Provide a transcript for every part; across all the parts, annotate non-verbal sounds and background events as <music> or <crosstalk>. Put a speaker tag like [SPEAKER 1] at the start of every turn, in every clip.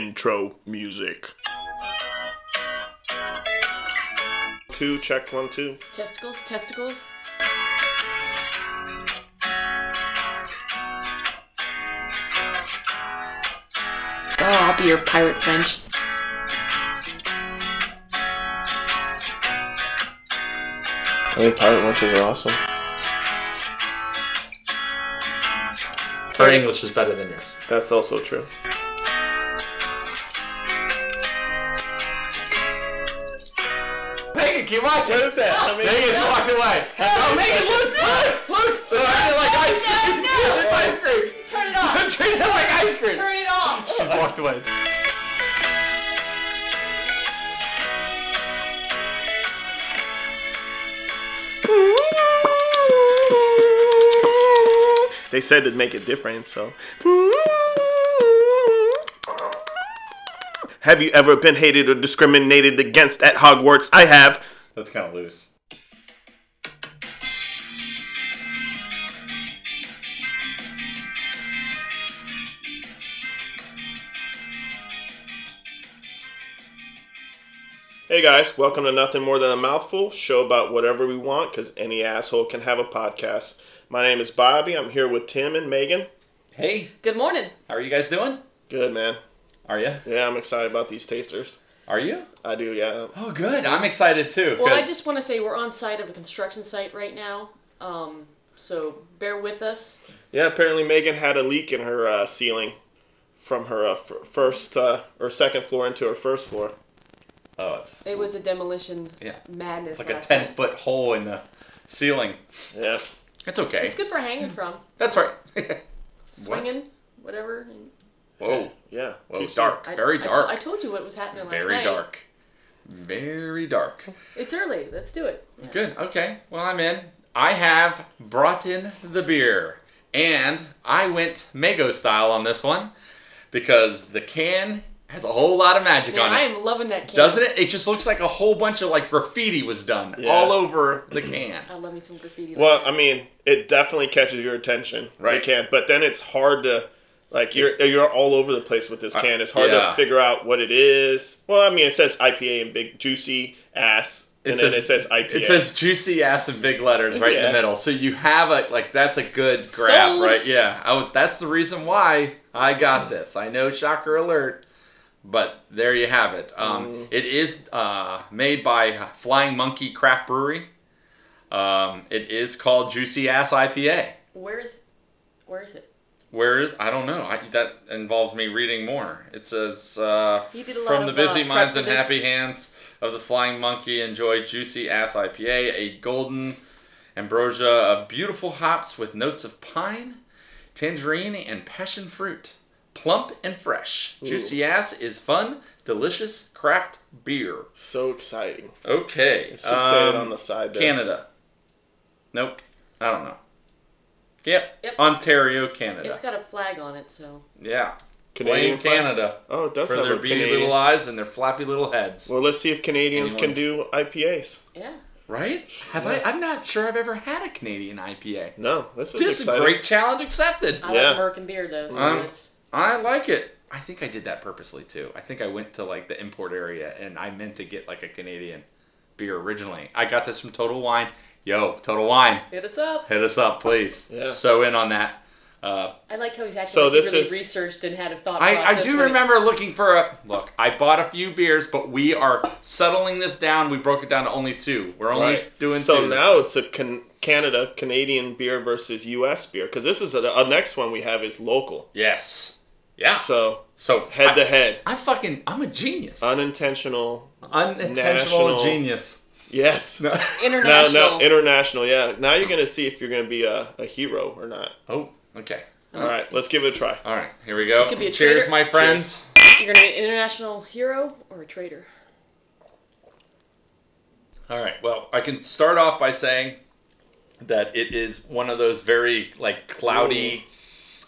[SPEAKER 1] intro music. Two, check one, two.
[SPEAKER 2] Testicles, testicles. Oh, I'll be your pirate French.
[SPEAKER 1] I think pirate witches are awesome.
[SPEAKER 3] Her English is better than yours.
[SPEAKER 1] That's also true.
[SPEAKER 3] Megan, can you watch
[SPEAKER 1] What is that? I mean,
[SPEAKER 3] Megan
[SPEAKER 1] no.
[SPEAKER 3] walked away.
[SPEAKER 1] No,
[SPEAKER 3] Oh, Megan,
[SPEAKER 1] no,
[SPEAKER 3] look, look, look! Treat it like ice cream.
[SPEAKER 2] no, no.
[SPEAKER 3] It's ice cream.
[SPEAKER 2] Turn it off!
[SPEAKER 4] <laughs>
[SPEAKER 3] Treat it like ice cream.
[SPEAKER 2] Turn it off!
[SPEAKER 3] She's walked away.
[SPEAKER 1] They said to make it different, so. Have you ever been hated or discriminated against at Hogwarts? I have.
[SPEAKER 4] That's kind of loose.
[SPEAKER 1] Hey guys, welcome to Nothing More Than a Mouthful, show about whatever we want, because any asshole can have a podcast. My name is Bobby. I'm here with Tim and Megan.
[SPEAKER 4] Hey,
[SPEAKER 2] Good morning.
[SPEAKER 4] how are you guys doing?
[SPEAKER 1] Good, man.
[SPEAKER 4] Are you?
[SPEAKER 1] Yeah, I'm excited about these tasters.
[SPEAKER 4] Are you?
[SPEAKER 1] I do, yeah.
[SPEAKER 4] Oh, good. I'm excited too.
[SPEAKER 2] Well, I
[SPEAKER 4] 'cause-
[SPEAKER 2] just want to say we're on site of a construction site right now, um, so bear with us.
[SPEAKER 1] Yeah, apparently Megan had a leak in her uh, ceiling from her uh, f- first uh, or second floor into her first floor.
[SPEAKER 4] Oh, it's
[SPEAKER 2] It was a demolition
[SPEAKER 4] Yeah.
[SPEAKER 2] madness.
[SPEAKER 4] like a
[SPEAKER 2] last
[SPEAKER 4] ten
[SPEAKER 2] night.
[SPEAKER 4] foot hole in the ceiling.
[SPEAKER 1] Yeah.
[SPEAKER 4] It's okay.
[SPEAKER 2] It's good for hanging from.
[SPEAKER 4] That's right. <laughs> What?
[SPEAKER 2] Swinging, whatever.
[SPEAKER 4] Whoa,
[SPEAKER 1] Yeah.
[SPEAKER 4] whoa,
[SPEAKER 1] Too soon.
[SPEAKER 4] dark,
[SPEAKER 2] I-
[SPEAKER 4] very
[SPEAKER 2] I to-
[SPEAKER 4] dark,
[SPEAKER 2] I, told you what was happening last
[SPEAKER 4] very
[SPEAKER 2] night.
[SPEAKER 4] dark, very dark.
[SPEAKER 2] It's early. Let's do it. Yeah.
[SPEAKER 4] Good. Okay. Well, I'm in. I have brought in the beer, and I went Mago style on this one because the can has a whole lot of magic
[SPEAKER 2] Man,
[SPEAKER 4] on it.
[SPEAKER 2] I am loving that can.
[SPEAKER 4] Doesn't it? It just looks like a whole bunch of like graffiti was done
[SPEAKER 1] Yeah.
[SPEAKER 4] all over the can.
[SPEAKER 2] I love me some graffiti.
[SPEAKER 1] Well, uh, I mean, it definitely catches your attention.
[SPEAKER 4] Right.
[SPEAKER 1] It can, but then it's hard to, like, you're you're all over the place with this
[SPEAKER 4] Uh,
[SPEAKER 1] can. It's hard
[SPEAKER 4] yeah.
[SPEAKER 1] to figure out what it is. Well, I mean, it says IPA and big juicy ass, and then it says IPA.
[SPEAKER 4] It says juicy ass in big letters right in
[SPEAKER 1] Yeah.
[SPEAKER 4] the middle. So you have a like that's a good grab,
[SPEAKER 2] Sold.
[SPEAKER 4] right? Yeah. I was, that's the reason why I got this. I know shocker alert, but there you have it. Um,
[SPEAKER 1] Mm.
[SPEAKER 4] It is uh, made by Flying Monkey Craft Brewery. Um, it is called Juicy Ass IPA.
[SPEAKER 2] Where is, where is it?
[SPEAKER 4] Where is I don't know. I, that involves me reading more. It says uh,
[SPEAKER 2] You did a lot
[SPEAKER 4] from the
[SPEAKER 2] of,
[SPEAKER 4] busy
[SPEAKER 2] uh, prep
[SPEAKER 4] minds
[SPEAKER 2] for
[SPEAKER 4] and
[SPEAKER 2] this.
[SPEAKER 4] happy hands of the flying monkey. Enjoy juicy ass IPA, a golden ambrosia of beautiful hops with notes of pine, tangerine, and passion fruit. Plump and fresh. Juicy ass is fun, delicious craft beer.
[SPEAKER 1] so exciting.
[SPEAKER 4] Okay.
[SPEAKER 1] It's excited
[SPEAKER 4] um,
[SPEAKER 1] on the side. There.
[SPEAKER 4] Canada. Nope. I don't know. Yep.
[SPEAKER 2] Yep.
[SPEAKER 4] Ontario, Canada.
[SPEAKER 2] It's got a flag on it, so
[SPEAKER 4] yeah.
[SPEAKER 1] Canadian
[SPEAKER 4] Blame
[SPEAKER 1] flag?
[SPEAKER 4] Canada
[SPEAKER 1] Oh, it does
[SPEAKER 4] for
[SPEAKER 1] have
[SPEAKER 4] their
[SPEAKER 1] a
[SPEAKER 4] beady
[SPEAKER 1] Canadian.
[SPEAKER 4] little eyes and their flappy little heads.
[SPEAKER 1] Well, let's see if Canadians can do
[SPEAKER 4] Anyone?
[SPEAKER 1] IPAs.
[SPEAKER 2] yeah.
[SPEAKER 4] Right? Have I? I'm not sure I've ever had a Canadian IPA.
[SPEAKER 1] No, this is
[SPEAKER 4] This is a
[SPEAKER 1] exciting.
[SPEAKER 4] great challenge accepted.
[SPEAKER 2] I
[SPEAKER 1] Yeah.
[SPEAKER 2] like American beer though, so
[SPEAKER 4] Um,
[SPEAKER 2] it's
[SPEAKER 4] I like it. I think I did that purposely too. I think I went to like the import area and I meant to get like a Canadian beer originally. I got this from Total Wine. Yo, Total Wine,
[SPEAKER 2] hit us up.
[SPEAKER 4] hit us up, please.
[SPEAKER 1] Yeah.
[SPEAKER 4] So in on that. Uh,
[SPEAKER 2] I like how he's actually
[SPEAKER 1] So
[SPEAKER 2] like, he
[SPEAKER 1] this
[SPEAKER 2] really
[SPEAKER 1] is-
[SPEAKER 2] researched and had a thought
[SPEAKER 4] I,
[SPEAKER 2] process.
[SPEAKER 4] I do
[SPEAKER 2] when it-
[SPEAKER 4] remember looking for a look. I bought a few beers, but we are settling this down. We broke it down to only two. We're only
[SPEAKER 1] Right.
[SPEAKER 4] doing
[SPEAKER 1] so
[SPEAKER 4] two. this
[SPEAKER 1] now it's a can- Canada Canadian beer versus U.S. beer because this is a, a next one we have is local.
[SPEAKER 4] Yes. Yeah. So,
[SPEAKER 1] So
[SPEAKER 4] I,
[SPEAKER 1] head to head,
[SPEAKER 4] I fucking I'm a genius.
[SPEAKER 1] unintentional.
[SPEAKER 4] Unintentional
[SPEAKER 1] national-
[SPEAKER 4] genius.
[SPEAKER 1] Yes.
[SPEAKER 4] No.
[SPEAKER 1] No,
[SPEAKER 2] international.
[SPEAKER 1] no, international. Yeah. Now you're gonna see if you're gonna be a, a hero or not.
[SPEAKER 4] Oh, okay.
[SPEAKER 1] All right, let's give it a try.
[SPEAKER 4] All right. Here we go.
[SPEAKER 2] could be a
[SPEAKER 4] Cheers,
[SPEAKER 2] traitor.
[SPEAKER 4] my friends.
[SPEAKER 2] You're gonna be an international hero or a traitor.
[SPEAKER 4] All right. Well, I can start off by saying that it is one of those very like cloudy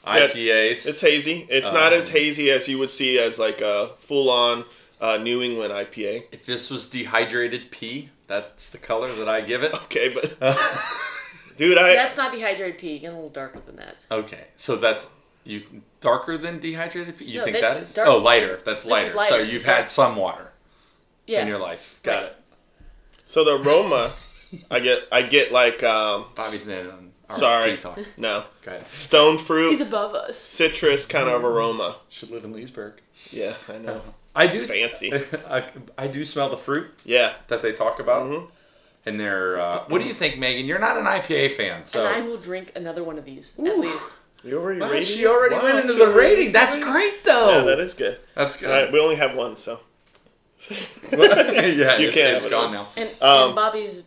[SPEAKER 1] Yeah,
[SPEAKER 4] IPAs.
[SPEAKER 1] it's- It's, hazy. It's not
[SPEAKER 4] Um.
[SPEAKER 1] as hazy as you would see as like a full-on uh, New England IPA.
[SPEAKER 4] if this was dehydrated pee, that's the color that I give it.
[SPEAKER 1] Okay,
[SPEAKER 4] <laughs>
[SPEAKER 1] but dude, I
[SPEAKER 2] That's not dehydrated pea. You're a little darker than that.
[SPEAKER 4] Okay, so that's You darker than dehydrated? pe- You
[SPEAKER 2] No,
[SPEAKER 4] think
[SPEAKER 2] that's
[SPEAKER 4] that is?
[SPEAKER 2] dark-
[SPEAKER 4] oh, lighter. That's
[SPEAKER 2] is
[SPEAKER 4] lighter. So
[SPEAKER 2] lighter.
[SPEAKER 4] you've
[SPEAKER 2] Dark-
[SPEAKER 4] had some water
[SPEAKER 2] Yeah.
[SPEAKER 4] in your life. Got
[SPEAKER 2] Right.
[SPEAKER 4] it.
[SPEAKER 1] So the aroma, I get, I get like, um,
[SPEAKER 4] Bobby's in on our
[SPEAKER 1] Sorry.
[SPEAKER 4] pee talk.
[SPEAKER 1] no,
[SPEAKER 4] Go ahead.
[SPEAKER 1] stone fruit,
[SPEAKER 2] He's above us.
[SPEAKER 1] citrus kind of aroma.
[SPEAKER 4] Should live in Leesburg.
[SPEAKER 1] Yeah, I know.
[SPEAKER 4] I do.
[SPEAKER 1] Fancy.
[SPEAKER 4] <laughs> I, I do smell the fruit
[SPEAKER 1] Yeah.
[SPEAKER 4] that they talk about.
[SPEAKER 1] Mhm.
[SPEAKER 4] And they're. Uh, what do you think, Megan? You're not an IPA fan, so.
[SPEAKER 2] and I will drink another one of these at least.
[SPEAKER 1] You already
[SPEAKER 4] Wow,
[SPEAKER 1] rated
[SPEAKER 4] she
[SPEAKER 1] it?
[SPEAKER 4] already
[SPEAKER 1] Wow,
[SPEAKER 4] went into
[SPEAKER 1] she
[SPEAKER 4] the
[SPEAKER 1] already
[SPEAKER 4] rating.
[SPEAKER 1] rated
[SPEAKER 4] That's
[SPEAKER 1] it?
[SPEAKER 4] great, Oh. though.
[SPEAKER 1] Yeah, that is good.
[SPEAKER 4] That's
[SPEAKER 1] All right,
[SPEAKER 4] good.
[SPEAKER 1] we only have one, so. <laughs>
[SPEAKER 4] <laughs> yeah, it's,
[SPEAKER 1] can't
[SPEAKER 4] it's
[SPEAKER 1] have it
[SPEAKER 4] gone
[SPEAKER 1] all.
[SPEAKER 4] now.
[SPEAKER 2] And,
[SPEAKER 1] Um,
[SPEAKER 2] and Bobby's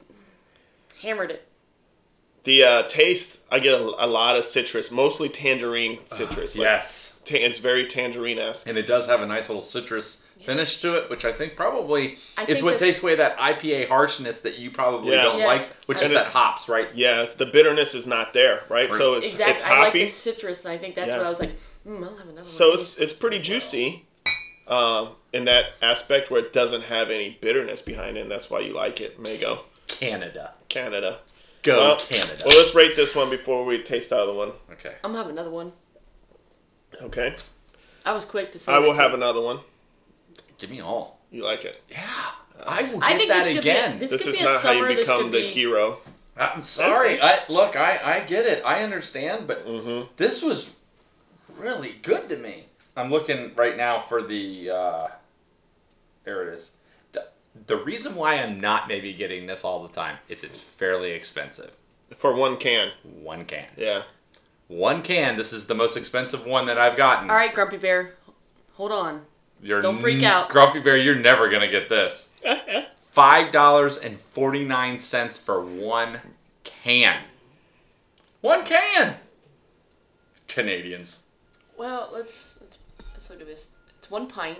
[SPEAKER 2] hammered it.
[SPEAKER 1] The uh, taste, I get a, a lot of citrus, mostly tangerine
[SPEAKER 4] Uh,
[SPEAKER 1] citrus. like,
[SPEAKER 4] Yes.
[SPEAKER 1] ta- it's very tangerine esque.
[SPEAKER 4] And it does have a nice little citrus finish to it, which I think probably
[SPEAKER 2] I
[SPEAKER 4] is
[SPEAKER 2] think
[SPEAKER 4] what
[SPEAKER 2] this-
[SPEAKER 4] takes away that IPA harshness that you probably
[SPEAKER 1] Yeah.
[SPEAKER 4] don't
[SPEAKER 2] Yes.
[SPEAKER 4] like, which
[SPEAKER 2] And
[SPEAKER 4] is that
[SPEAKER 1] it's-
[SPEAKER 4] hops, right?
[SPEAKER 1] Yeah, it's, the bitterness is not there, right? So it's
[SPEAKER 2] Exactly.
[SPEAKER 1] it's
[SPEAKER 2] I like
[SPEAKER 1] hoppy.
[SPEAKER 2] the citrus, and I think that's
[SPEAKER 1] Yeah.
[SPEAKER 2] what I was like. Mm, I'll have another one.
[SPEAKER 1] so
[SPEAKER 2] of
[SPEAKER 1] it's it's pretty juicy, um, in that aspect where it doesn't have any bitterness behind it. and That's why you like it, Mago,
[SPEAKER 4] Canada.
[SPEAKER 1] Canada.
[SPEAKER 4] Go
[SPEAKER 1] well,
[SPEAKER 4] Canada.
[SPEAKER 1] Well, let's rate this one before we taste out of the one.
[SPEAKER 4] okay.
[SPEAKER 2] I'm gonna have another one.
[SPEAKER 1] Okay,
[SPEAKER 2] I was quick to say.
[SPEAKER 1] I will
[SPEAKER 2] that,
[SPEAKER 1] have
[SPEAKER 2] too.
[SPEAKER 1] another one.
[SPEAKER 4] Give me all.
[SPEAKER 1] You like it?
[SPEAKER 4] Yeah. I will get
[SPEAKER 2] I think
[SPEAKER 4] that
[SPEAKER 2] this could
[SPEAKER 4] again. Uh,
[SPEAKER 2] Be a, this,
[SPEAKER 1] This
[SPEAKER 2] could
[SPEAKER 1] is
[SPEAKER 2] be a
[SPEAKER 1] not how
[SPEAKER 2] summer.
[SPEAKER 1] you
[SPEAKER 2] this
[SPEAKER 1] become
[SPEAKER 2] could
[SPEAKER 1] the
[SPEAKER 2] be,
[SPEAKER 1] hero.
[SPEAKER 4] I'm sorry. I look, I, I get it. I understand, but this was really good to me. Mm-hmm. I'm looking right now for the uh there it is. The, the reason why I'm not maybe getting this all the time is it's fairly expensive.
[SPEAKER 1] For one can,
[SPEAKER 4] One can.
[SPEAKER 1] yeah. <laughs>
[SPEAKER 4] One can. This is the most expensive one that I've gotten.
[SPEAKER 2] All right, Grumpy Bear, hold on.
[SPEAKER 4] You're
[SPEAKER 2] don't freak
[SPEAKER 4] n-
[SPEAKER 2] out.
[SPEAKER 4] Grumpy Bear, you're never going to get this. $5.49 for one can. One can. Canadians.
[SPEAKER 2] Well, let's let's, let's look at this. It's one pint,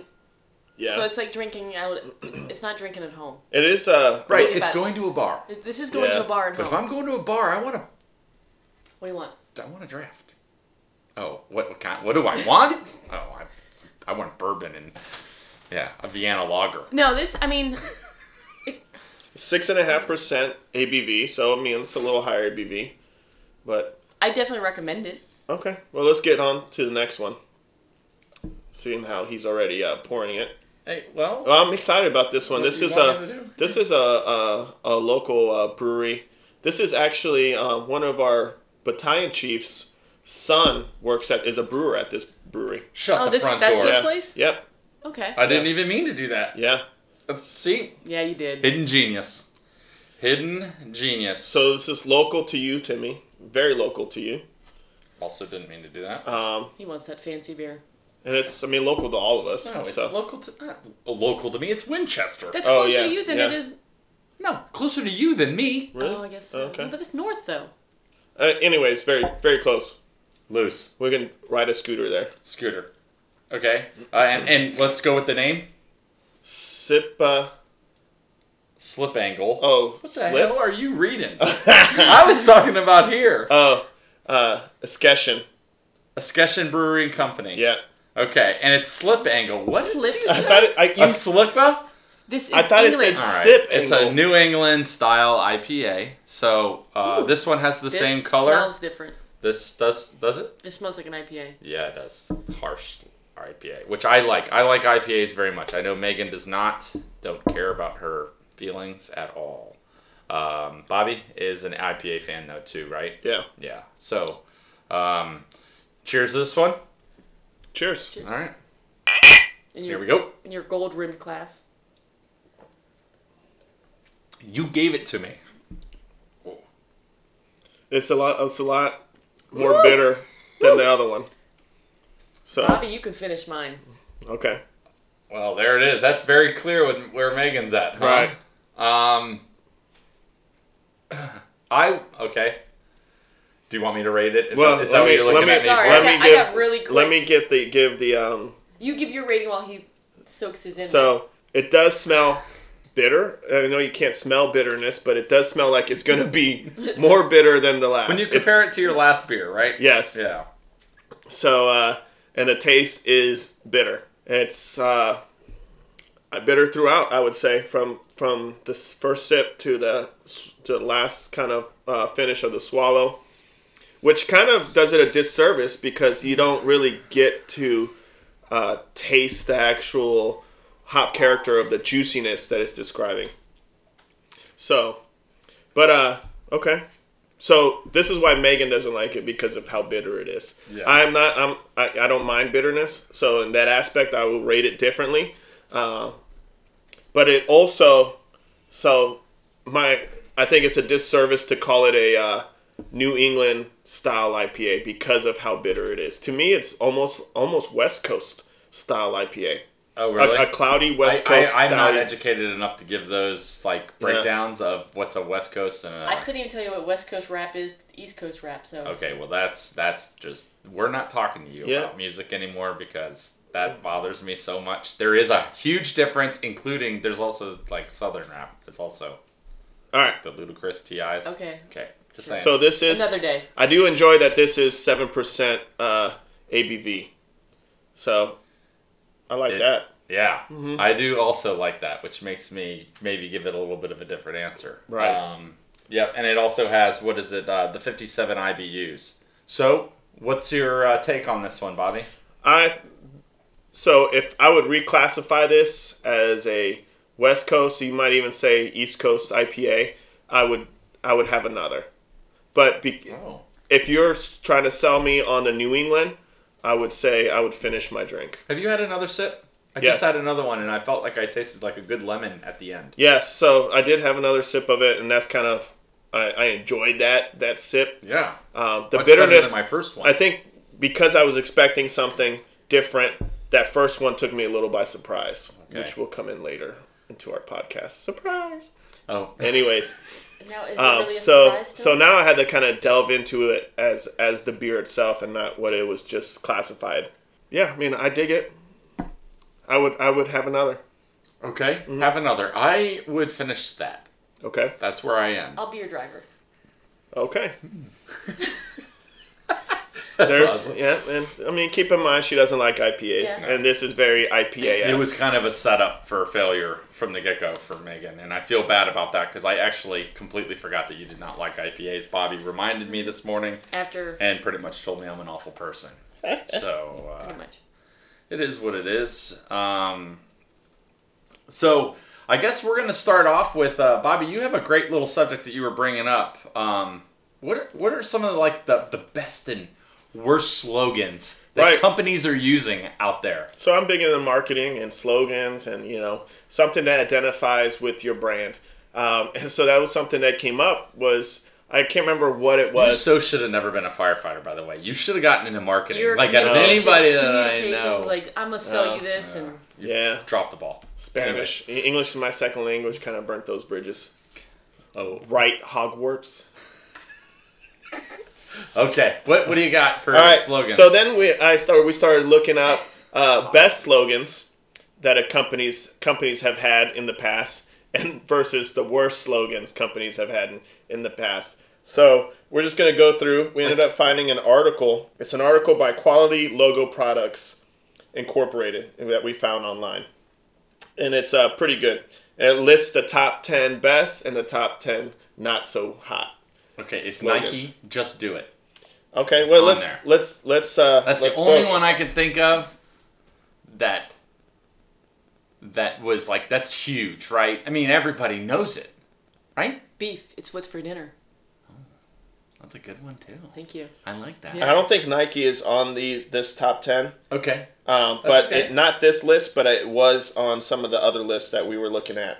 [SPEAKER 1] Yeah,
[SPEAKER 2] so it's like drinking out. <clears throat> It's not drinking at home.
[SPEAKER 1] it is. Uh,
[SPEAKER 4] Right,
[SPEAKER 2] Think
[SPEAKER 4] it's
[SPEAKER 2] about
[SPEAKER 4] going to a bar.
[SPEAKER 2] This is going
[SPEAKER 1] Yeah,
[SPEAKER 2] to a bar at
[SPEAKER 4] But if
[SPEAKER 2] home.
[SPEAKER 4] I'm going to a bar, I want to
[SPEAKER 2] What do you want?
[SPEAKER 4] I want a draft. Oh, what, what kind? What do I <laughs> want? oh, I, I want bourbon and yeah, a Vienna lager.
[SPEAKER 2] No, this.
[SPEAKER 1] <laughs>
[SPEAKER 2] I mean,
[SPEAKER 1] six and a half percent ABV, so I mean it's a little higher ABV. But
[SPEAKER 2] I definitely recommend it.
[SPEAKER 1] okay, well let's get on to the next one. Seeing how he's already uh, pouring it.
[SPEAKER 4] Hey, well,
[SPEAKER 1] Well, I'm excited about this one.
[SPEAKER 4] What
[SPEAKER 1] This
[SPEAKER 4] do you
[SPEAKER 1] is
[SPEAKER 4] want him to
[SPEAKER 1] a
[SPEAKER 4] do?
[SPEAKER 1] this is a a, a local uh, brewery. This is actually uh, one of our battalion chiefs' son works at is a brewer at this brewery.
[SPEAKER 4] shut
[SPEAKER 2] Oh,
[SPEAKER 4] the
[SPEAKER 2] this
[SPEAKER 4] front
[SPEAKER 2] that's
[SPEAKER 4] door.
[SPEAKER 2] this
[SPEAKER 1] Yeah.
[SPEAKER 2] place?
[SPEAKER 1] Yep.
[SPEAKER 2] Okay.
[SPEAKER 4] I didn't even mean to do that.
[SPEAKER 1] Yeah.
[SPEAKER 4] Let's See,
[SPEAKER 2] yeah, you did.
[SPEAKER 4] hidden genius, hidden genius.
[SPEAKER 1] So this is local to you, Timmy. Very local to you.
[SPEAKER 4] also didn't mean to do that.
[SPEAKER 1] Um,
[SPEAKER 2] He wants that fancy beer.
[SPEAKER 1] and it's I mean local to all of us.
[SPEAKER 4] no, Oh, it's
[SPEAKER 1] so.
[SPEAKER 4] local to uh, not local to me. It's Winchester.
[SPEAKER 2] That's
[SPEAKER 1] Oh,
[SPEAKER 2] closer
[SPEAKER 1] yeah,
[SPEAKER 2] to you than
[SPEAKER 1] yeah.
[SPEAKER 2] it is.
[SPEAKER 4] no closer to you than me.
[SPEAKER 1] Really?
[SPEAKER 2] Oh, I guess. So.
[SPEAKER 1] Okay.
[SPEAKER 2] No, but it's north though.
[SPEAKER 1] Uh, anyways, very very close.
[SPEAKER 4] Loose.
[SPEAKER 1] We can ride a scooter there.
[SPEAKER 4] Scooter. Okay. Uh, and, and let's go with the name.
[SPEAKER 1] Sip. Uh,
[SPEAKER 4] Slip angle.
[SPEAKER 1] oh,
[SPEAKER 4] what the hell
[SPEAKER 1] slip.
[SPEAKER 4] are you
[SPEAKER 1] <laughs>
[SPEAKER 4] reading?
[SPEAKER 1] Oh,
[SPEAKER 4] I was talking about here.
[SPEAKER 1] uh, Escutcheon.
[SPEAKER 4] Escutcheon Brewery and Company.
[SPEAKER 1] Yeah.
[SPEAKER 4] Okay. And it's slip angle. What?
[SPEAKER 2] Slip.
[SPEAKER 1] I thought it, I,
[SPEAKER 4] <laughs> A
[SPEAKER 1] you,
[SPEAKER 4] slipa?
[SPEAKER 2] This is
[SPEAKER 1] I thought it said
[SPEAKER 2] English.
[SPEAKER 4] All right.
[SPEAKER 1] Sip
[SPEAKER 4] it's
[SPEAKER 1] angle.
[SPEAKER 4] a New England style IPA. So uh,
[SPEAKER 2] Ooh.
[SPEAKER 4] this one has the
[SPEAKER 2] This
[SPEAKER 4] same color.
[SPEAKER 2] Smells different.
[SPEAKER 4] This does does it?
[SPEAKER 2] It smells like an IPA.
[SPEAKER 4] Yeah, it does. Harsh IPA, which I like. I like IPAs very much. I know Megan does not. Don't care about her feelings at all. Um, Bobby is an IPA fan though too, right?
[SPEAKER 1] yeah.
[SPEAKER 4] Yeah. So, um, cheers to this one.
[SPEAKER 1] Cheers.
[SPEAKER 4] All right,
[SPEAKER 2] In your
[SPEAKER 4] here we go.
[SPEAKER 2] in your gold rimmed class.
[SPEAKER 4] You gave it to me.
[SPEAKER 1] It's a lot. It's a lot more
[SPEAKER 2] Woo!
[SPEAKER 1] bitter than the other one. So
[SPEAKER 2] Bobby, you can finish mine.
[SPEAKER 1] okay.
[SPEAKER 4] Well, there it is. That's very clear with where Megan's at, huh? Right. Um, <clears throat> I okay. Do you want me to rate it?
[SPEAKER 1] Well,
[SPEAKER 4] is that
[SPEAKER 1] let
[SPEAKER 4] what
[SPEAKER 1] me-
[SPEAKER 4] you're looking
[SPEAKER 1] let
[SPEAKER 4] at me
[SPEAKER 2] Sorry,
[SPEAKER 4] for?
[SPEAKER 2] I, got,
[SPEAKER 1] me
[SPEAKER 2] I
[SPEAKER 1] give-
[SPEAKER 2] got really quick.
[SPEAKER 1] Let me get the give the um.
[SPEAKER 2] You give your rating while he soaks his in.
[SPEAKER 1] So it does smell bitter. I know you can't smell bitterness, but it does smell like it's going to
[SPEAKER 2] <laughs>
[SPEAKER 1] be more bitter than the last.
[SPEAKER 4] When you
[SPEAKER 1] It-
[SPEAKER 4] compare it to your last beer, right?
[SPEAKER 1] yes.
[SPEAKER 4] Yeah.
[SPEAKER 1] So, uh, and the taste is bitter. It's uh, bitter throughout, I would say, from from the s- first sip to the to the last kind of uh, finish of the swallow. which kind of does it a disservice because you don't really get to uh, taste the actual hop character of the juiciness that it's describing. So, but uh, okay. So this is why Megan doesn't like it because of how bitter it is.
[SPEAKER 4] Yeah.
[SPEAKER 1] I'm not. I'm. I, I don't mind bitterness. So in that aspect, I will rate it differently. Uh, but it also, so my, I think it's a disservice to call it a uh, New England style IPA because of how bitter it is. To me, it's almost almost West Coast style IPA.
[SPEAKER 4] Oh,
[SPEAKER 1] A-
[SPEAKER 4] really?
[SPEAKER 1] A, cloudy
[SPEAKER 4] I,
[SPEAKER 1] West Coast.
[SPEAKER 4] I, I'm
[SPEAKER 1] style.
[SPEAKER 4] not educated enough to give those like breakdowns of what's a West Coast and a
[SPEAKER 2] I couldn't even tell you what West Coast rap is, East Coast rap. So
[SPEAKER 4] Okay, well that's that's just we're not talking to you
[SPEAKER 1] Yeah.
[SPEAKER 4] about music anymore because that bothers me so much. There is a huge difference, including there's also like Southern rap. It's also
[SPEAKER 1] All right.
[SPEAKER 4] the ludicrous TIs.
[SPEAKER 2] Okay.
[SPEAKER 4] Okay. Just
[SPEAKER 2] Sure.
[SPEAKER 4] saying.
[SPEAKER 1] So this is
[SPEAKER 2] Another day.
[SPEAKER 1] I do enjoy that this is seven percent uh, ABV. So I like
[SPEAKER 4] It-
[SPEAKER 1] that.
[SPEAKER 4] yeah, I do also like that, which makes me maybe give it a little bit of a different answer.
[SPEAKER 1] Right.
[SPEAKER 4] Um, yep, and it also has what is it? Uh, the 57 IBUs. So, what's your uh, take on this one, Bobby?
[SPEAKER 1] I so if I would reclassify this as a West Coast, you might even say East Coast IPA, I would I would have another. But be,
[SPEAKER 4] Oh.
[SPEAKER 1] if you're s- trying to sell me on the New England, I would say I would finish my drink.
[SPEAKER 4] Have you had another sip? I
[SPEAKER 1] Yes.
[SPEAKER 4] just had another one, and I felt like I tasted like a good lemon at the end.
[SPEAKER 1] Yes, so I did have another sip of it, and that's kind of I, I enjoyed that that sip.
[SPEAKER 4] Yeah,
[SPEAKER 1] Um, the
[SPEAKER 4] much better
[SPEAKER 1] bitterness.
[SPEAKER 4] than my first one.
[SPEAKER 1] I think because I was expecting something different, that first one took me a little by surprise,
[SPEAKER 4] Okay.
[SPEAKER 1] which will come in later into our podcast. Surprise.
[SPEAKER 4] oh,
[SPEAKER 1] Anyways,
[SPEAKER 2] now <laughs> is
[SPEAKER 1] um,
[SPEAKER 2] it really a
[SPEAKER 1] so
[SPEAKER 2] surprise? To
[SPEAKER 1] so
[SPEAKER 2] me?
[SPEAKER 1] now I had to kind of delve into it as as the beer itself and not what it was just classified. Yeah, I mean, I dig it. I would I would have another.
[SPEAKER 4] okay. Have another. I would finish that.
[SPEAKER 1] Okay.
[SPEAKER 4] That's where I am.
[SPEAKER 2] I'll be your driver.
[SPEAKER 1] Okay.
[SPEAKER 4] That's
[SPEAKER 1] There's
[SPEAKER 4] awesome.
[SPEAKER 1] yeah, and I mean, keep in mind she doesn't like IPAs,
[SPEAKER 2] Yeah.
[SPEAKER 1] and this is very IPA.
[SPEAKER 4] It was kind of a setup for failure from the get go for Megan, and I feel bad about that because I actually completely forgot that you did not like IPAs. Bobby reminded me this morning
[SPEAKER 2] After
[SPEAKER 4] and pretty much told me I'm an awful person. So uh,
[SPEAKER 2] pretty much.
[SPEAKER 4] It is what it is. Um, so I guess we're going to start off with uh, Bobby. You have a great little subject that you were bringing up. Um, what are, What are some of the, like the the best and worst slogans that
[SPEAKER 1] Right.
[SPEAKER 4] companies are using out there?
[SPEAKER 1] So I'm big into marketing and slogans and you know something that identifies with your brand. Um, and so that was something that came up was I can't remember what it
[SPEAKER 4] You
[SPEAKER 1] was.
[SPEAKER 4] so should have never been a firefighter, by the way. You should have gotten into marketing,
[SPEAKER 2] Your
[SPEAKER 4] like out of
[SPEAKER 2] communications,
[SPEAKER 4] anybody that I
[SPEAKER 2] communications,
[SPEAKER 4] know.
[SPEAKER 2] Like I'm gonna sell you this,
[SPEAKER 4] yeah.
[SPEAKER 2] and
[SPEAKER 1] yeah,
[SPEAKER 4] Drop the ball.
[SPEAKER 1] Spanish, E- English is my second language. Kind of burnt those bridges.
[SPEAKER 4] Oh,
[SPEAKER 1] Right, Hogwarts.
[SPEAKER 4] okay. What What do you got for
[SPEAKER 1] All right.
[SPEAKER 4] slogans?
[SPEAKER 1] So then we I started we started looking up uh, best slogans that a companies companies have had in the past and <laughs> versus the worst slogans companies have had in, in the past. So we're just gonna go through. We ended up finding an article. It's an article by Quality Logo Products Incorporated that we found online, and it's uh, pretty good. And it lists the top ten best and the top ten not so hot.
[SPEAKER 4] okay, it's
[SPEAKER 1] Slogans.
[SPEAKER 4] Nike. Just do it.
[SPEAKER 1] Okay, well
[SPEAKER 4] On
[SPEAKER 1] let's
[SPEAKER 4] there.
[SPEAKER 1] let's let's uh
[SPEAKER 4] That's
[SPEAKER 1] let's
[SPEAKER 4] the only
[SPEAKER 1] vote.
[SPEAKER 4] one I can think of that that was like that's huge, right? I mean, everybody knows it, right?
[SPEAKER 2] beef. It's what's for dinner.
[SPEAKER 4] That's a good one too.
[SPEAKER 2] Thank you.
[SPEAKER 4] I like that.
[SPEAKER 2] Yeah.
[SPEAKER 1] I don't think Nike is on these this top ten,
[SPEAKER 4] Okay.
[SPEAKER 1] um, but
[SPEAKER 4] okay.
[SPEAKER 1] it, not this list, but it was on some of the other lists that we were looking at.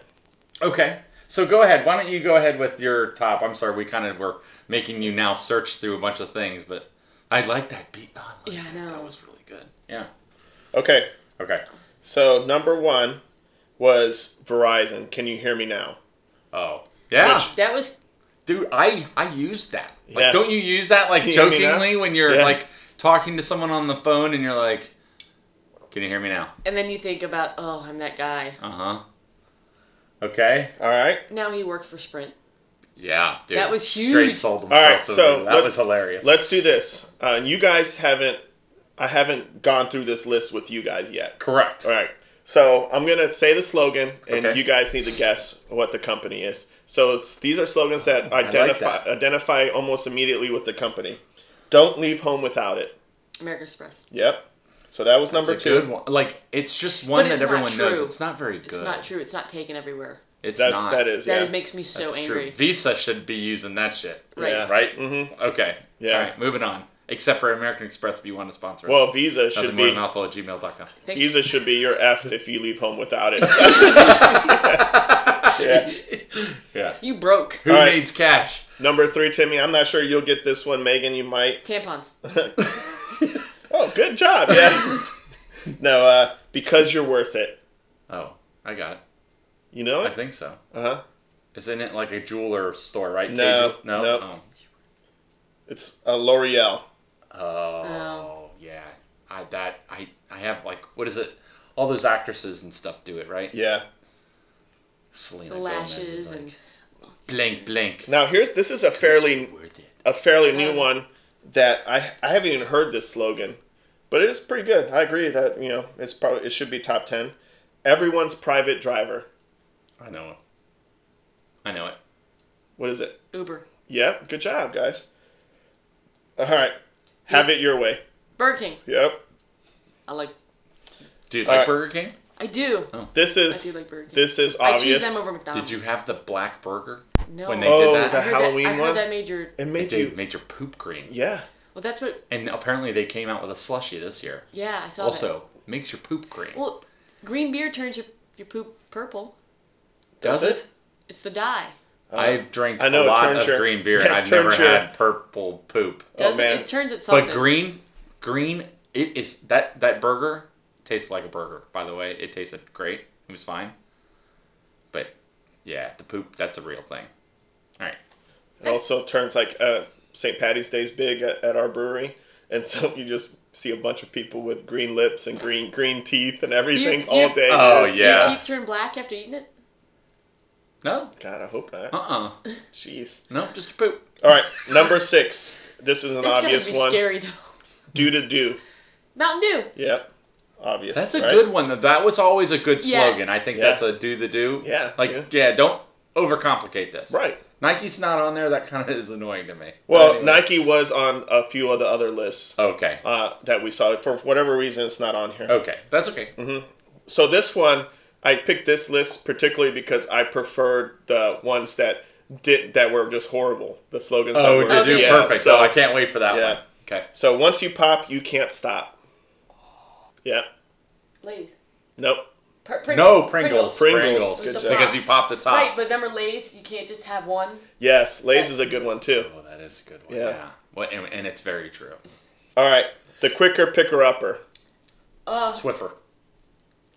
[SPEAKER 4] Okay. So go ahead. Why don't you go ahead with your top? I'm sorry, we kind of were making you now search through a bunch of things, but I like that beat. Oh, I like
[SPEAKER 2] Yeah, I
[SPEAKER 4] that.
[SPEAKER 2] know.
[SPEAKER 4] That was really good. Yeah.
[SPEAKER 1] Okay,
[SPEAKER 4] Okay.
[SPEAKER 1] so number one was Verizon. Can you hear me now?
[SPEAKER 4] Oh. Yeah.
[SPEAKER 1] Which-
[SPEAKER 2] That was
[SPEAKER 4] Dude, I I used that. Like,
[SPEAKER 1] Yeah.
[SPEAKER 4] don't you use that like
[SPEAKER 1] Can you hear me now?
[SPEAKER 4] jokingly when you're
[SPEAKER 1] Yeah.
[SPEAKER 4] like talking to someone on the phone and you're like, "Can you hear me now?"
[SPEAKER 2] And then you think about, oh, I'm that guy.
[SPEAKER 4] Uh huh. Okay.
[SPEAKER 1] All right,
[SPEAKER 2] Now he worked for Sprint.
[SPEAKER 4] Yeah, dude.
[SPEAKER 2] That was
[SPEAKER 4] Straight
[SPEAKER 2] huge.
[SPEAKER 4] sold himself.
[SPEAKER 1] all right.
[SPEAKER 4] to
[SPEAKER 1] So
[SPEAKER 4] me.
[SPEAKER 1] let's-
[SPEAKER 4] that was hilarious.
[SPEAKER 1] Let's do this. Uh, you guys haven't, I haven't gone through this list with you guys yet.
[SPEAKER 4] Correct.
[SPEAKER 1] All right. So I'm gonna say the slogan, and
[SPEAKER 4] Okay.
[SPEAKER 1] you guys need to guess what the company is. So it's, these are slogans that
[SPEAKER 4] like
[SPEAKER 1] identify
[SPEAKER 4] that.
[SPEAKER 1] identify almost immediately with the company. Don't leave home without it.
[SPEAKER 2] American Express.
[SPEAKER 1] Yep. So that was number
[SPEAKER 4] It's a
[SPEAKER 1] two.
[SPEAKER 4] good one. Like it's just one
[SPEAKER 2] But it's
[SPEAKER 4] that everyone
[SPEAKER 2] not
[SPEAKER 4] knows.
[SPEAKER 2] true.
[SPEAKER 4] It's not very good.
[SPEAKER 2] It's not true. It's not taken everywhere.
[SPEAKER 4] It's
[SPEAKER 1] That's
[SPEAKER 4] not.
[SPEAKER 1] that is
[SPEAKER 2] That
[SPEAKER 1] yeah.
[SPEAKER 2] makes me so
[SPEAKER 4] That's
[SPEAKER 2] angry.
[SPEAKER 4] True. Visa should be using that shit.
[SPEAKER 2] Right.
[SPEAKER 1] Yeah.
[SPEAKER 4] Right.
[SPEAKER 1] Mhm.
[SPEAKER 4] Okay.
[SPEAKER 1] Yeah.
[SPEAKER 4] All right. Moving on. Except for American Express, if you want to sponsor us.
[SPEAKER 1] Well, Visa should
[SPEAKER 4] nothing more
[SPEAKER 1] be
[SPEAKER 4] than mouthful at gmail.com.
[SPEAKER 2] Thank you.
[SPEAKER 1] Visa should be your F if you leave home without
[SPEAKER 4] <laughs>
[SPEAKER 1] it. yeah.
[SPEAKER 4] Yeah.
[SPEAKER 2] You
[SPEAKER 4] <laughs>
[SPEAKER 2] broke
[SPEAKER 4] Who
[SPEAKER 1] All right.
[SPEAKER 4] needs cash?
[SPEAKER 1] Number three, Timmy. I'm not sure you'll get this one, Megan. You might.
[SPEAKER 2] tampons.
[SPEAKER 1] Oh, good job.
[SPEAKER 4] <laughs>
[SPEAKER 1] Yeah. no, uh, because you're worth it.
[SPEAKER 4] Oh, I got it.
[SPEAKER 1] You know
[SPEAKER 4] I
[SPEAKER 1] it.
[SPEAKER 4] think so.
[SPEAKER 1] Uh huh.
[SPEAKER 4] Isn't it like a jeweler store, right?
[SPEAKER 1] No,
[SPEAKER 4] K-Jew- No.
[SPEAKER 1] no. It's uh, L'Oreal.
[SPEAKER 4] Oh. Oh, yeah. I that I I have like what is it? All those actresses and stuff do it, right?
[SPEAKER 1] Yeah.
[SPEAKER 4] Selena
[SPEAKER 2] The
[SPEAKER 4] Gomez
[SPEAKER 2] lashes
[SPEAKER 4] is like,
[SPEAKER 2] and
[SPEAKER 4] blink blink.
[SPEAKER 1] Now here's this is a fairly
[SPEAKER 4] It's worth it.
[SPEAKER 1] a fairly new
[SPEAKER 2] Yeah.
[SPEAKER 1] one that I I haven't even heard this slogan, but it is pretty good. I agree that you know it's probably it should be top ten. Everyone's private driver.
[SPEAKER 4] I know it. I know it.
[SPEAKER 1] What is it?
[SPEAKER 2] Uber.
[SPEAKER 1] Yeah, good job, guys. All right, have it your way.
[SPEAKER 2] Burger King.
[SPEAKER 1] Yep.
[SPEAKER 2] I like.
[SPEAKER 4] Dude,
[SPEAKER 1] All
[SPEAKER 4] like
[SPEAKER 1] right.
[SPEAKER 4] Burger King?
[SPEAKER 2] I do.
[SPEAKER 1] This
[SPEAKER 2] I
[SPEAKER 1] is
[SPEAKER 2] do like Burger King.
[SPEAKER 1] this is
[SPEAKER 2] I choose
[SPEAKER 1] obvious.
[SPEAKER 2] them over McDonald's.
[SPEAKER 4] Did you have the black burger?
[SPEAKER 2] No.
[SPEAKER 4] when they
[SPEAKER 1] Oh,
[SPEAKER 4] did
[SPEAKER 1] the
[SPEAKER 2] I
[SPEAKER 4] that?
[SPEAKER 2] heard
[SPEAKER 1] Halloween
[SPEAKER 2] that, I heard
[SPEAKER 1] one?
[SPEAKER 2] that made your.
[SPEAKER 1] It
[SPEAKER 4] It
[SPEAKER 1] made
[SPEAKER 4] did,
[SPEAKER 1] you.
[SPEAKER 4] made your poop green.
[SPEAKER 1] Yeah.
[SPEAKER 2] Well, that's what.
[SPEAKER 4] And apparently they came out with a slushy this year.
[SPEAKER 2] Yeah, I saw that.
[SPEAKER 4] Also, makes your poop green.
[SPEAKER 2] Well, green beer turns your, your poop purple.
[SPEAKER 4] Does
[SPEAKER 1] Does
[SPEAKER 4] it?
[SPEAKER 1] it?
[SPEAKER 2] It's the dye.
[SPEAKER 4] I've drank
[SPEAKER 1] Uh, I know,
[SPEAKER 4] a
[SPEAKER 1] it
[SPEAKER 4] lot
[SPEAKER 1] turns
[SPEAKER 4] of
[SPEAKER 1] your-
[SPEAKER 4] green beer and
[SPEAKER 1] Yeah, <laughs> it
[SPEAKER 4] I've never
[SPEAKER 1] turns your-
[SPEAKER 4] had purple poop.
[SPEAKER 2] Does it?
[SPEAKER 1] Oh, man.
[SPEAKER 2] It turns it something.
[SPEAKER 4] But green, green, it is that that burger tastes like a burger. By the way, it tasted great. It was fine. But yeah, the poop that's a real thing. All right.
[SPEAKER 1] It also turns like uh, St. Patty's Day's big at, at our brewery, and so you just see a bunch of people with green lips and green green teeth and everything
[SPEAKER 2] do
[SPEAKER 1] all
[SPEAKER 2] you-
[SPEAKER 1] day.
[SPEAKER 4] Oh
[SPEAKER 1] dude.
[SPEAKER 2] Do
[SPEAKER 4] yeah.
[SPEAKER 2] your teeth turn black after eating it?
[SPEAKER 4] No.
[SPEAKER 1] God, I hope not.
[SPEAKER 4] Uh uh
[SPEAKER 1] Jeez.
[SPEAKER 4] No, just poop.
[SPEAKER 1] All right, number six. This is an
[SPEAKER 2] That's gotta be
[SPEAKER 1] obvious one.
[SPEAKER 2] scary though. <laughs>
[SPEAKER 1] Do to do.
[SPEAKER 2] Mountain Dew.
[SPEAKER 1] Yep. Obvious.
[SPEAKER 4] That's a
[SPEAKER 1] right?
[SPEAKER 4] good one. though. That was always a good
[SPEAKER 2] Yeah.
[SPEAKER 4] slogan. I think
[SPEAKER 1] Yeah.
[SPEAKER 4] that's a do the do.
[SPEAKER 1] Yeah,
[SPEAKER 4] Like
[SPEAKER 1] yeah.
[SPEAKER 4] yeah, don't overcomplicate this.
[SPEAKER 1] Right.
[SPEAKER 4] Nike's not on there. That kind of is annoying to me.
[SPEAKER 1] Well,
[SPEAKER 4] Anyway.
[SPEAKER 1] Nike was on a few of the other lists
[SPEAKER 4] Okay.
[SPEAKER 1] uh, that we saw. For whatever reason, it's not on here.
[SPEAKER 4] Okay. That's okay.
[SPEAKER 1] Mm-hmm. So this one, I picked this list particularly because I preferred the ones that did that were just horrible. The slogans. that
[SPEAKER 4] Oh,
[SPEAKER 1] were,
[SPEAKER 4] did
[SPEAKER 2] Okay.
[SPEAKER 4] do
[SPEAKER 1] Yeah,
[SPEAKER 4] perfect.
[SPEAKER 1] So
[SPEAKER 4] oh, I can't wait for that
[SPEAKER 1] Yeah.
[SPEAKER 4] one. Okay.
[SPEAKER 1] So once you pop, you can't stop. Yeah.
[SPEAKER 2] Ladies.
[SPEAKER 1] Nope.
[SPEAKER 2] Pr- Pringles.
[SPEAKER 4] No Pringles.
[SPEAKER 1] Pringles.
[SPEAKER 2] Good job.
[SPEAKER 4] Because you pop the top.
[SPEAKER 2] Right, but remember Lay's, you can't just have one.
[SPEAKER 1] Yes, Lay's is a good one too.
[SPEAKER 4] Oh, that is a good one.
[SPEAKER 1] Yeah.
[SPEAKER 4] Yeah. Well, and, and it's very true.
[SPEAKER 1] All right. The quicker picker upper.
[SPEAKER 2] Uh,
[SPEAKER 4] Swiffer.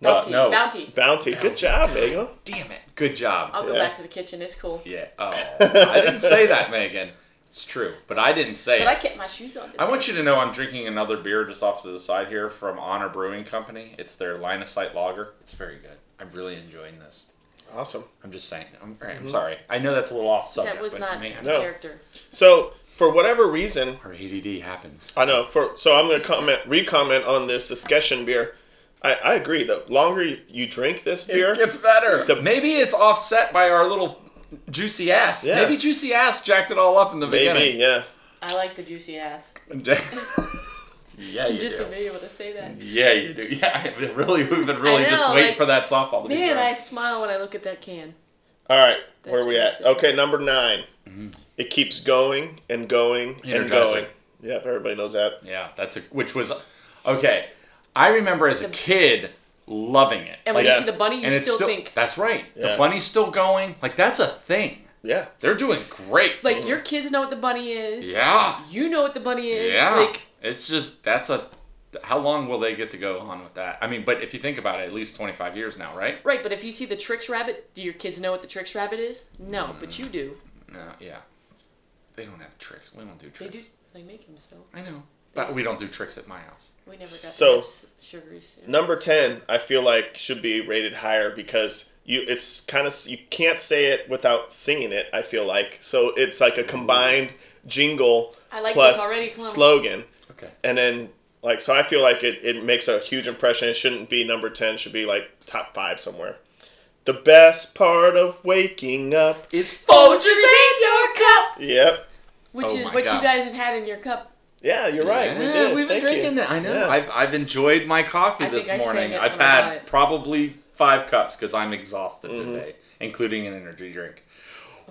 [SPEAKER 2] bounty.
[SPEAKER 4] no.
[SPEAKER 2] Bounty.
[SPEAKER 1] Bounty.
[SPEAKER 4] Oh
[SPEAKER 1] Good job, Megan.
[SPEAKER 4] Damn it. Good job.
[SPEAKER 2] I'll go
[SPEAKER 1] Yeah.
[SPEAKER 2] back to the kitchen. It's cool.
[SPEAKER 4] yeah. Oh, I didn't say that, Megan. It's true, but I didn't say
[SPEAKER 2] But I
[SPEAKER 4] it.
[SPEAKER 2] kept my shoes on.
[SPEAKER 4] I want you to know I'm drinking another beer just off to the side here from Honor Brewing Company. It's their line of sight lager. It's very good. I'm really enjoying this.
[SPEAKER 1] Awesome.
[SPEAKER 4] I'm just saying. I'm, all right,
[SPEAKER 1] Mm-hmm.
[SPEAKER 4] I'm sorry. I know that's a little off subject.
[SPEAKER 2] that was
[SPEAKER 4] but
[SPEAKER 2] not
[SPEAKER 4] man,
[SPEAKER 1] No.
[SPEAKER 2] character.
[SPEAKER 1] So for whatever reason,
[SPEAKER 4] our ADD happens.
[SPEAKER 1] I know. For so I'm gonna comment, re-comment on this discussion beer. I, I agree. The longer you- you drink this beer,
[SPEAKER 4] It gets better.
[SPEAKER 1] The-
[SPEAKER 4] Maybe it's offset by our little juicy ass.
[SPEAKER 1] Yeah.
[SPEAKER 4] Maybe juicy ass jacked it all up in the
[SPEAKER 1] maybe
[SPEAKER 4] beginning.
[SPEAKER 1] yeah.
[SPEAKER 2] I like the juicy ass.
[SPEAKER 1] <laughs>
[SPEAKER 4] yeah, you
[SPEAKER 2] just
[SPEAKER 4] do.
[SPEAKER 2] to be able to say that.
[SPEAKER 4] Yeah, you do. <laughs> Yeah, I- really, we've been really
[SPEAKER 2] I
[SPEAKER 4] just
[SPEAKER 2] know,
[SPEAKER 4] waiting
[SPEAKER 2] like,
[SPEAKER 4] for that softball to be
[SPEAKER 2] Man,
[SPEAKER 4] thrown.
[SPEAKER 2] I smile when I look at that can.
[SPEAKER 1] All right, where
[SPEAKER 2] That's
[SPEAKER 1] are we
[SPEAKER 2] what I
[SPEAKER 1] at?
[SPEAKER 2] said.
[SPEAKER 1] Okay, number 9 It keeps going and going and
[SPEAKER 4] Energizer.
[SPEAKER 1] going. Yep, everybody knows that.
[SPEAKER 4] Yeah, that's a which was okay. I remember as a kid loving it.
[SPEAKER 2] And when
[SPEAKER 1] Like,
[SPEAKER 2] you see the bunny, you
[SPEAKER 4] Oh, and it's
[SPEAKER 2] still, think.
[SPEAKER 4] that's right.
[SPEAKER 1] Yeah.
[SPEAKER 4] The bunny's still going. Like that's a thing.
[SPEAKER 1] Yeah,
[SPEAKER 4] They're doing great.
[SPEAKER 2] Like, your kids know what the bunny is.
[SPEAKER 4] yeah,
[SPEAKER 2] You know what the bunny is.
[SPEAKER 4] yeah.
[SPEAKER 2] Like,
[SPEAKER 4] it's just that's a. How long will they get to go on with that? I mean, but if you think about it, at least twenty five years now, right?
[SPEAKER 2] right, but if you see the Tricks Rabbit, do your kids know what the Tricks Rabbit is? No, but you do.
[SPEAKER 4] No, yeah. They don't have tricks. We don't do
[SPEAKER 2] They
[SPEAKER 4] tricks.
[SPEAKER 2] do. They make them still.
[SPEAKER 4] I know, but we don't do tricks at my house.
[SPEAKER 2] We never got
[SPEAKER 1] So-
[SPEAKER 2] so, sugary soup.
[SPEAKER 1] number ten. I feel like should be rated higher because you. It's kind of you can't say it without singing it. I feel like so it's like a combined jingle
[SPEAKER 2] I like
[SPEAKER 1] plus
[SPEAKER 2] this already, Clem.
[SPEAKER 1] slogan,
[SPEAKER 4] Okay.
[SPEAKER 1] and then like so I feel like it, it makes a huge impression. It shouldn't be number ten. Should be like top five somewhere. The best part of waking up.
[SPEAKER 4] It's
[SPEAKER 2] Folgers in your cup,
[SPEAKER 1] Yep.
[SPEAKER 2] which
[SPEAKER 4] Oh
[SPEAKER 2] is
[SPEAKER 4] my
[SPEAKER 2] what
[SPEAKER 4] God.
[SPEAKER 2] you guys have had in your cup
[SPEAKER 1] Yeah, you're right. we did.
[SPEAKER 4] have been
[SPEAKER 1] Thank you.
[SPEAKER 4] drinking that. I know.
[SPEAKER 1] Yeah.
[SPEAKER 4] I've, I've enjoyed my coffee
[SPEAKER 2] I
[SPEAKER 4] this
[SPEAKER 2] think I sang
[SPEAKER 4] morning.
[SPEAKER 2] it
[SPEAKER 4] I've
[SPEAKER 2] when I
[SPEAKER 4] had
[SPEAKER 2] got it.
[SPEAKER 4] probably five cups because I'm exhausted
[SPEAKER 1] Mm-hmm.
[SPEAKER 4] today, including an energy drink.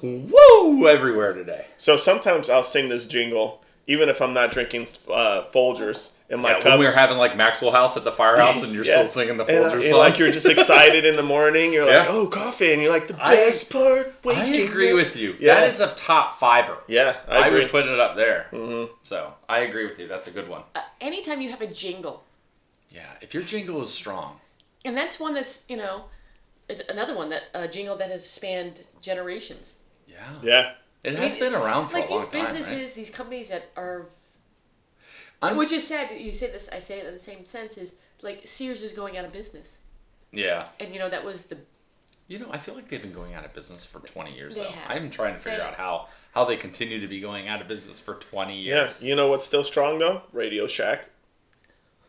[SPEAKER 4] Woo! Everywhere today.
[SPEAKER 1] So sometimes I'll sing this jingle, even if I'm not drinking uh, Folgers in my
[SPEAKER 4] Yeah,
[SPEAKER 1] cup.
[SPEAKER 4] when we were having like Maxwell House at the firehouse,
[SPEAKER 1] <laughs>
[SPEAKER 4] and you're
[SPEAKER 1] Yeah.
[SPEAKER 4] still singing the
[SPEAKER 1] And, uh,
[SPEAKER 4] Folgers
[SPEAKER 1] and,
[SPEAKER 4] song.
[SPEAKER 1] like you're just excited in the morning. You're like,
[SPEAKER 4] Yeah.
[SPEAKER 1] oh, coffee, and you're like the
[SPEAKER 4] I-
[SPEAKER 1] best part.
[SPEAKER 4] I
[SPEAKER 1] waking
[SPEAKER 4] agree
[SPEAKER 1] up."
[SPEAKER 4] with you.
[SPEAKER 1] Yeah.
[SPEAKER 4] That is a top fiver.
[SPEAKER 1] Yeah, I
[SPEAKER 4] I,
[SPEAKER 1] agree.
[SPEAKER 4] would put it up there. Mm-hmm. So I agree with you. That's a good one.
[SPEAKER 2] Uh, anytime you have a jingle,
[SPEAKER 4] Yeah, if your jingle is strong,
[SPEAKER 2] and that's one that's you know, is another one that a jingle that has spanned generations.
[SPEAKER 4] yeah,
[SPEAKER 1] yeah,
[SPEAKER 4] it
[SPEAKER 2] I mean,
[SPEAKER 4] has been around for
[SPEAKER 2] like
[SPEAKER 4] a long
[SPEAKER 2] these
[SPEAKER 4] time.
[SPEAKER 2] businesses,
[SPEAKER 4] right?
[SPEAKER 2] these companies that are,
[SPEAKER 4] I'm-
[SPEAKER 2] which is sad. You say this, I say it in the same sense. Is like Sears is going out of business,
[SPEAKER 4] Yeah,
[SPEAKER 2] and you know that was the
[SPEAKER 4] you know, I feel like they've been going out of business for 20 years.
[SPEAKER 2] They
[SPEAKER 4] though.
[SPEAKER 2] have.
[SPEAKER 4] I'm trying to figure
[SPEAKER 2] They-
[SPEAKER 4] out how how they continue to be going out of business for 20
[SPEAKER 1] yeah.
[SPEAKER 4] years.
[SPEAKER 1] You know what's still strong though? Radio Shack.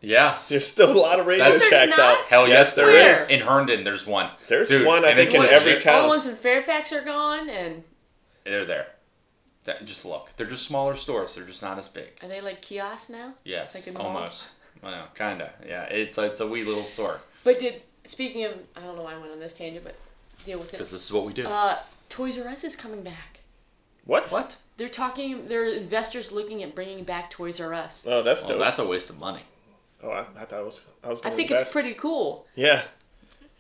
[SPEAKER 4] Yes.
[SPEAKER 1] There's still a lot of Radio
[SPEAKER 4] That's-
[SPEAKER 2] There's
[SPEAKER 1] Shacks
[SPEAKER 2] not?
[SPEAKER 1] out.
[SPEAKER 4] Hell yes, there
[SPEAKER 2] Where?
[SPEAKER 4] is. In Herndon, there's one.
[SPEAKER 1] There's
[SPEAKER 4] Dude,
[SPEAKER 1] one I
[SPEAKER 4] and
[SPEAKER 1] think
[SPEAKER 4] it's
[SPEAKER 1] in
[SPEAKER 4] legit.
[SPEAKER 1] every
[SPEAKER 2] all the
[SPEAKER 1] town.
[SPEAKER 2] ones in Fairfax are gone, and
[SPEAKER 4] They're there. That- just look. They're just smaller stores. They're just not as big.
[SPEAKER 2] are they like kiosks now?
[SPEAKER 4] Yes,
[SPEAKER 2] Like in the mall?
[SPEAKER 4] almost. Well, kinda. Yeah, it's a, it's a wee little store
[SPEAKER 2] But did speaking of, I don't know why I went on this tangent, but deal with
[SPEAKER 4] because
[SPEAKER 2] it.
[SPEAKER 4] this is what we do.
[SPEAKER 2] Uh, Toys R Us is coming back.
[SPEAKER 1] What?
[SPEAKER 4] what?
[SPEAKER 2] They're talking. There are investors looking at bringing back Toys R Us.
[SPEAKER 1] Oh, that's
[SPEAKER 4] Well,
[SPEAKER 1] dope.
[SPEAKER 4] that's a waste of money.
[SPEAKER 1] oh, I, I thought it was. I was.
[SPEAKER 2] I
[SPEAKER 1] gonna
[SPEAKER 2] think it's
[SPEAKER 1] invest.
[SPEAKER 2] pretty cool.
[SPEAKER 1] Yeah,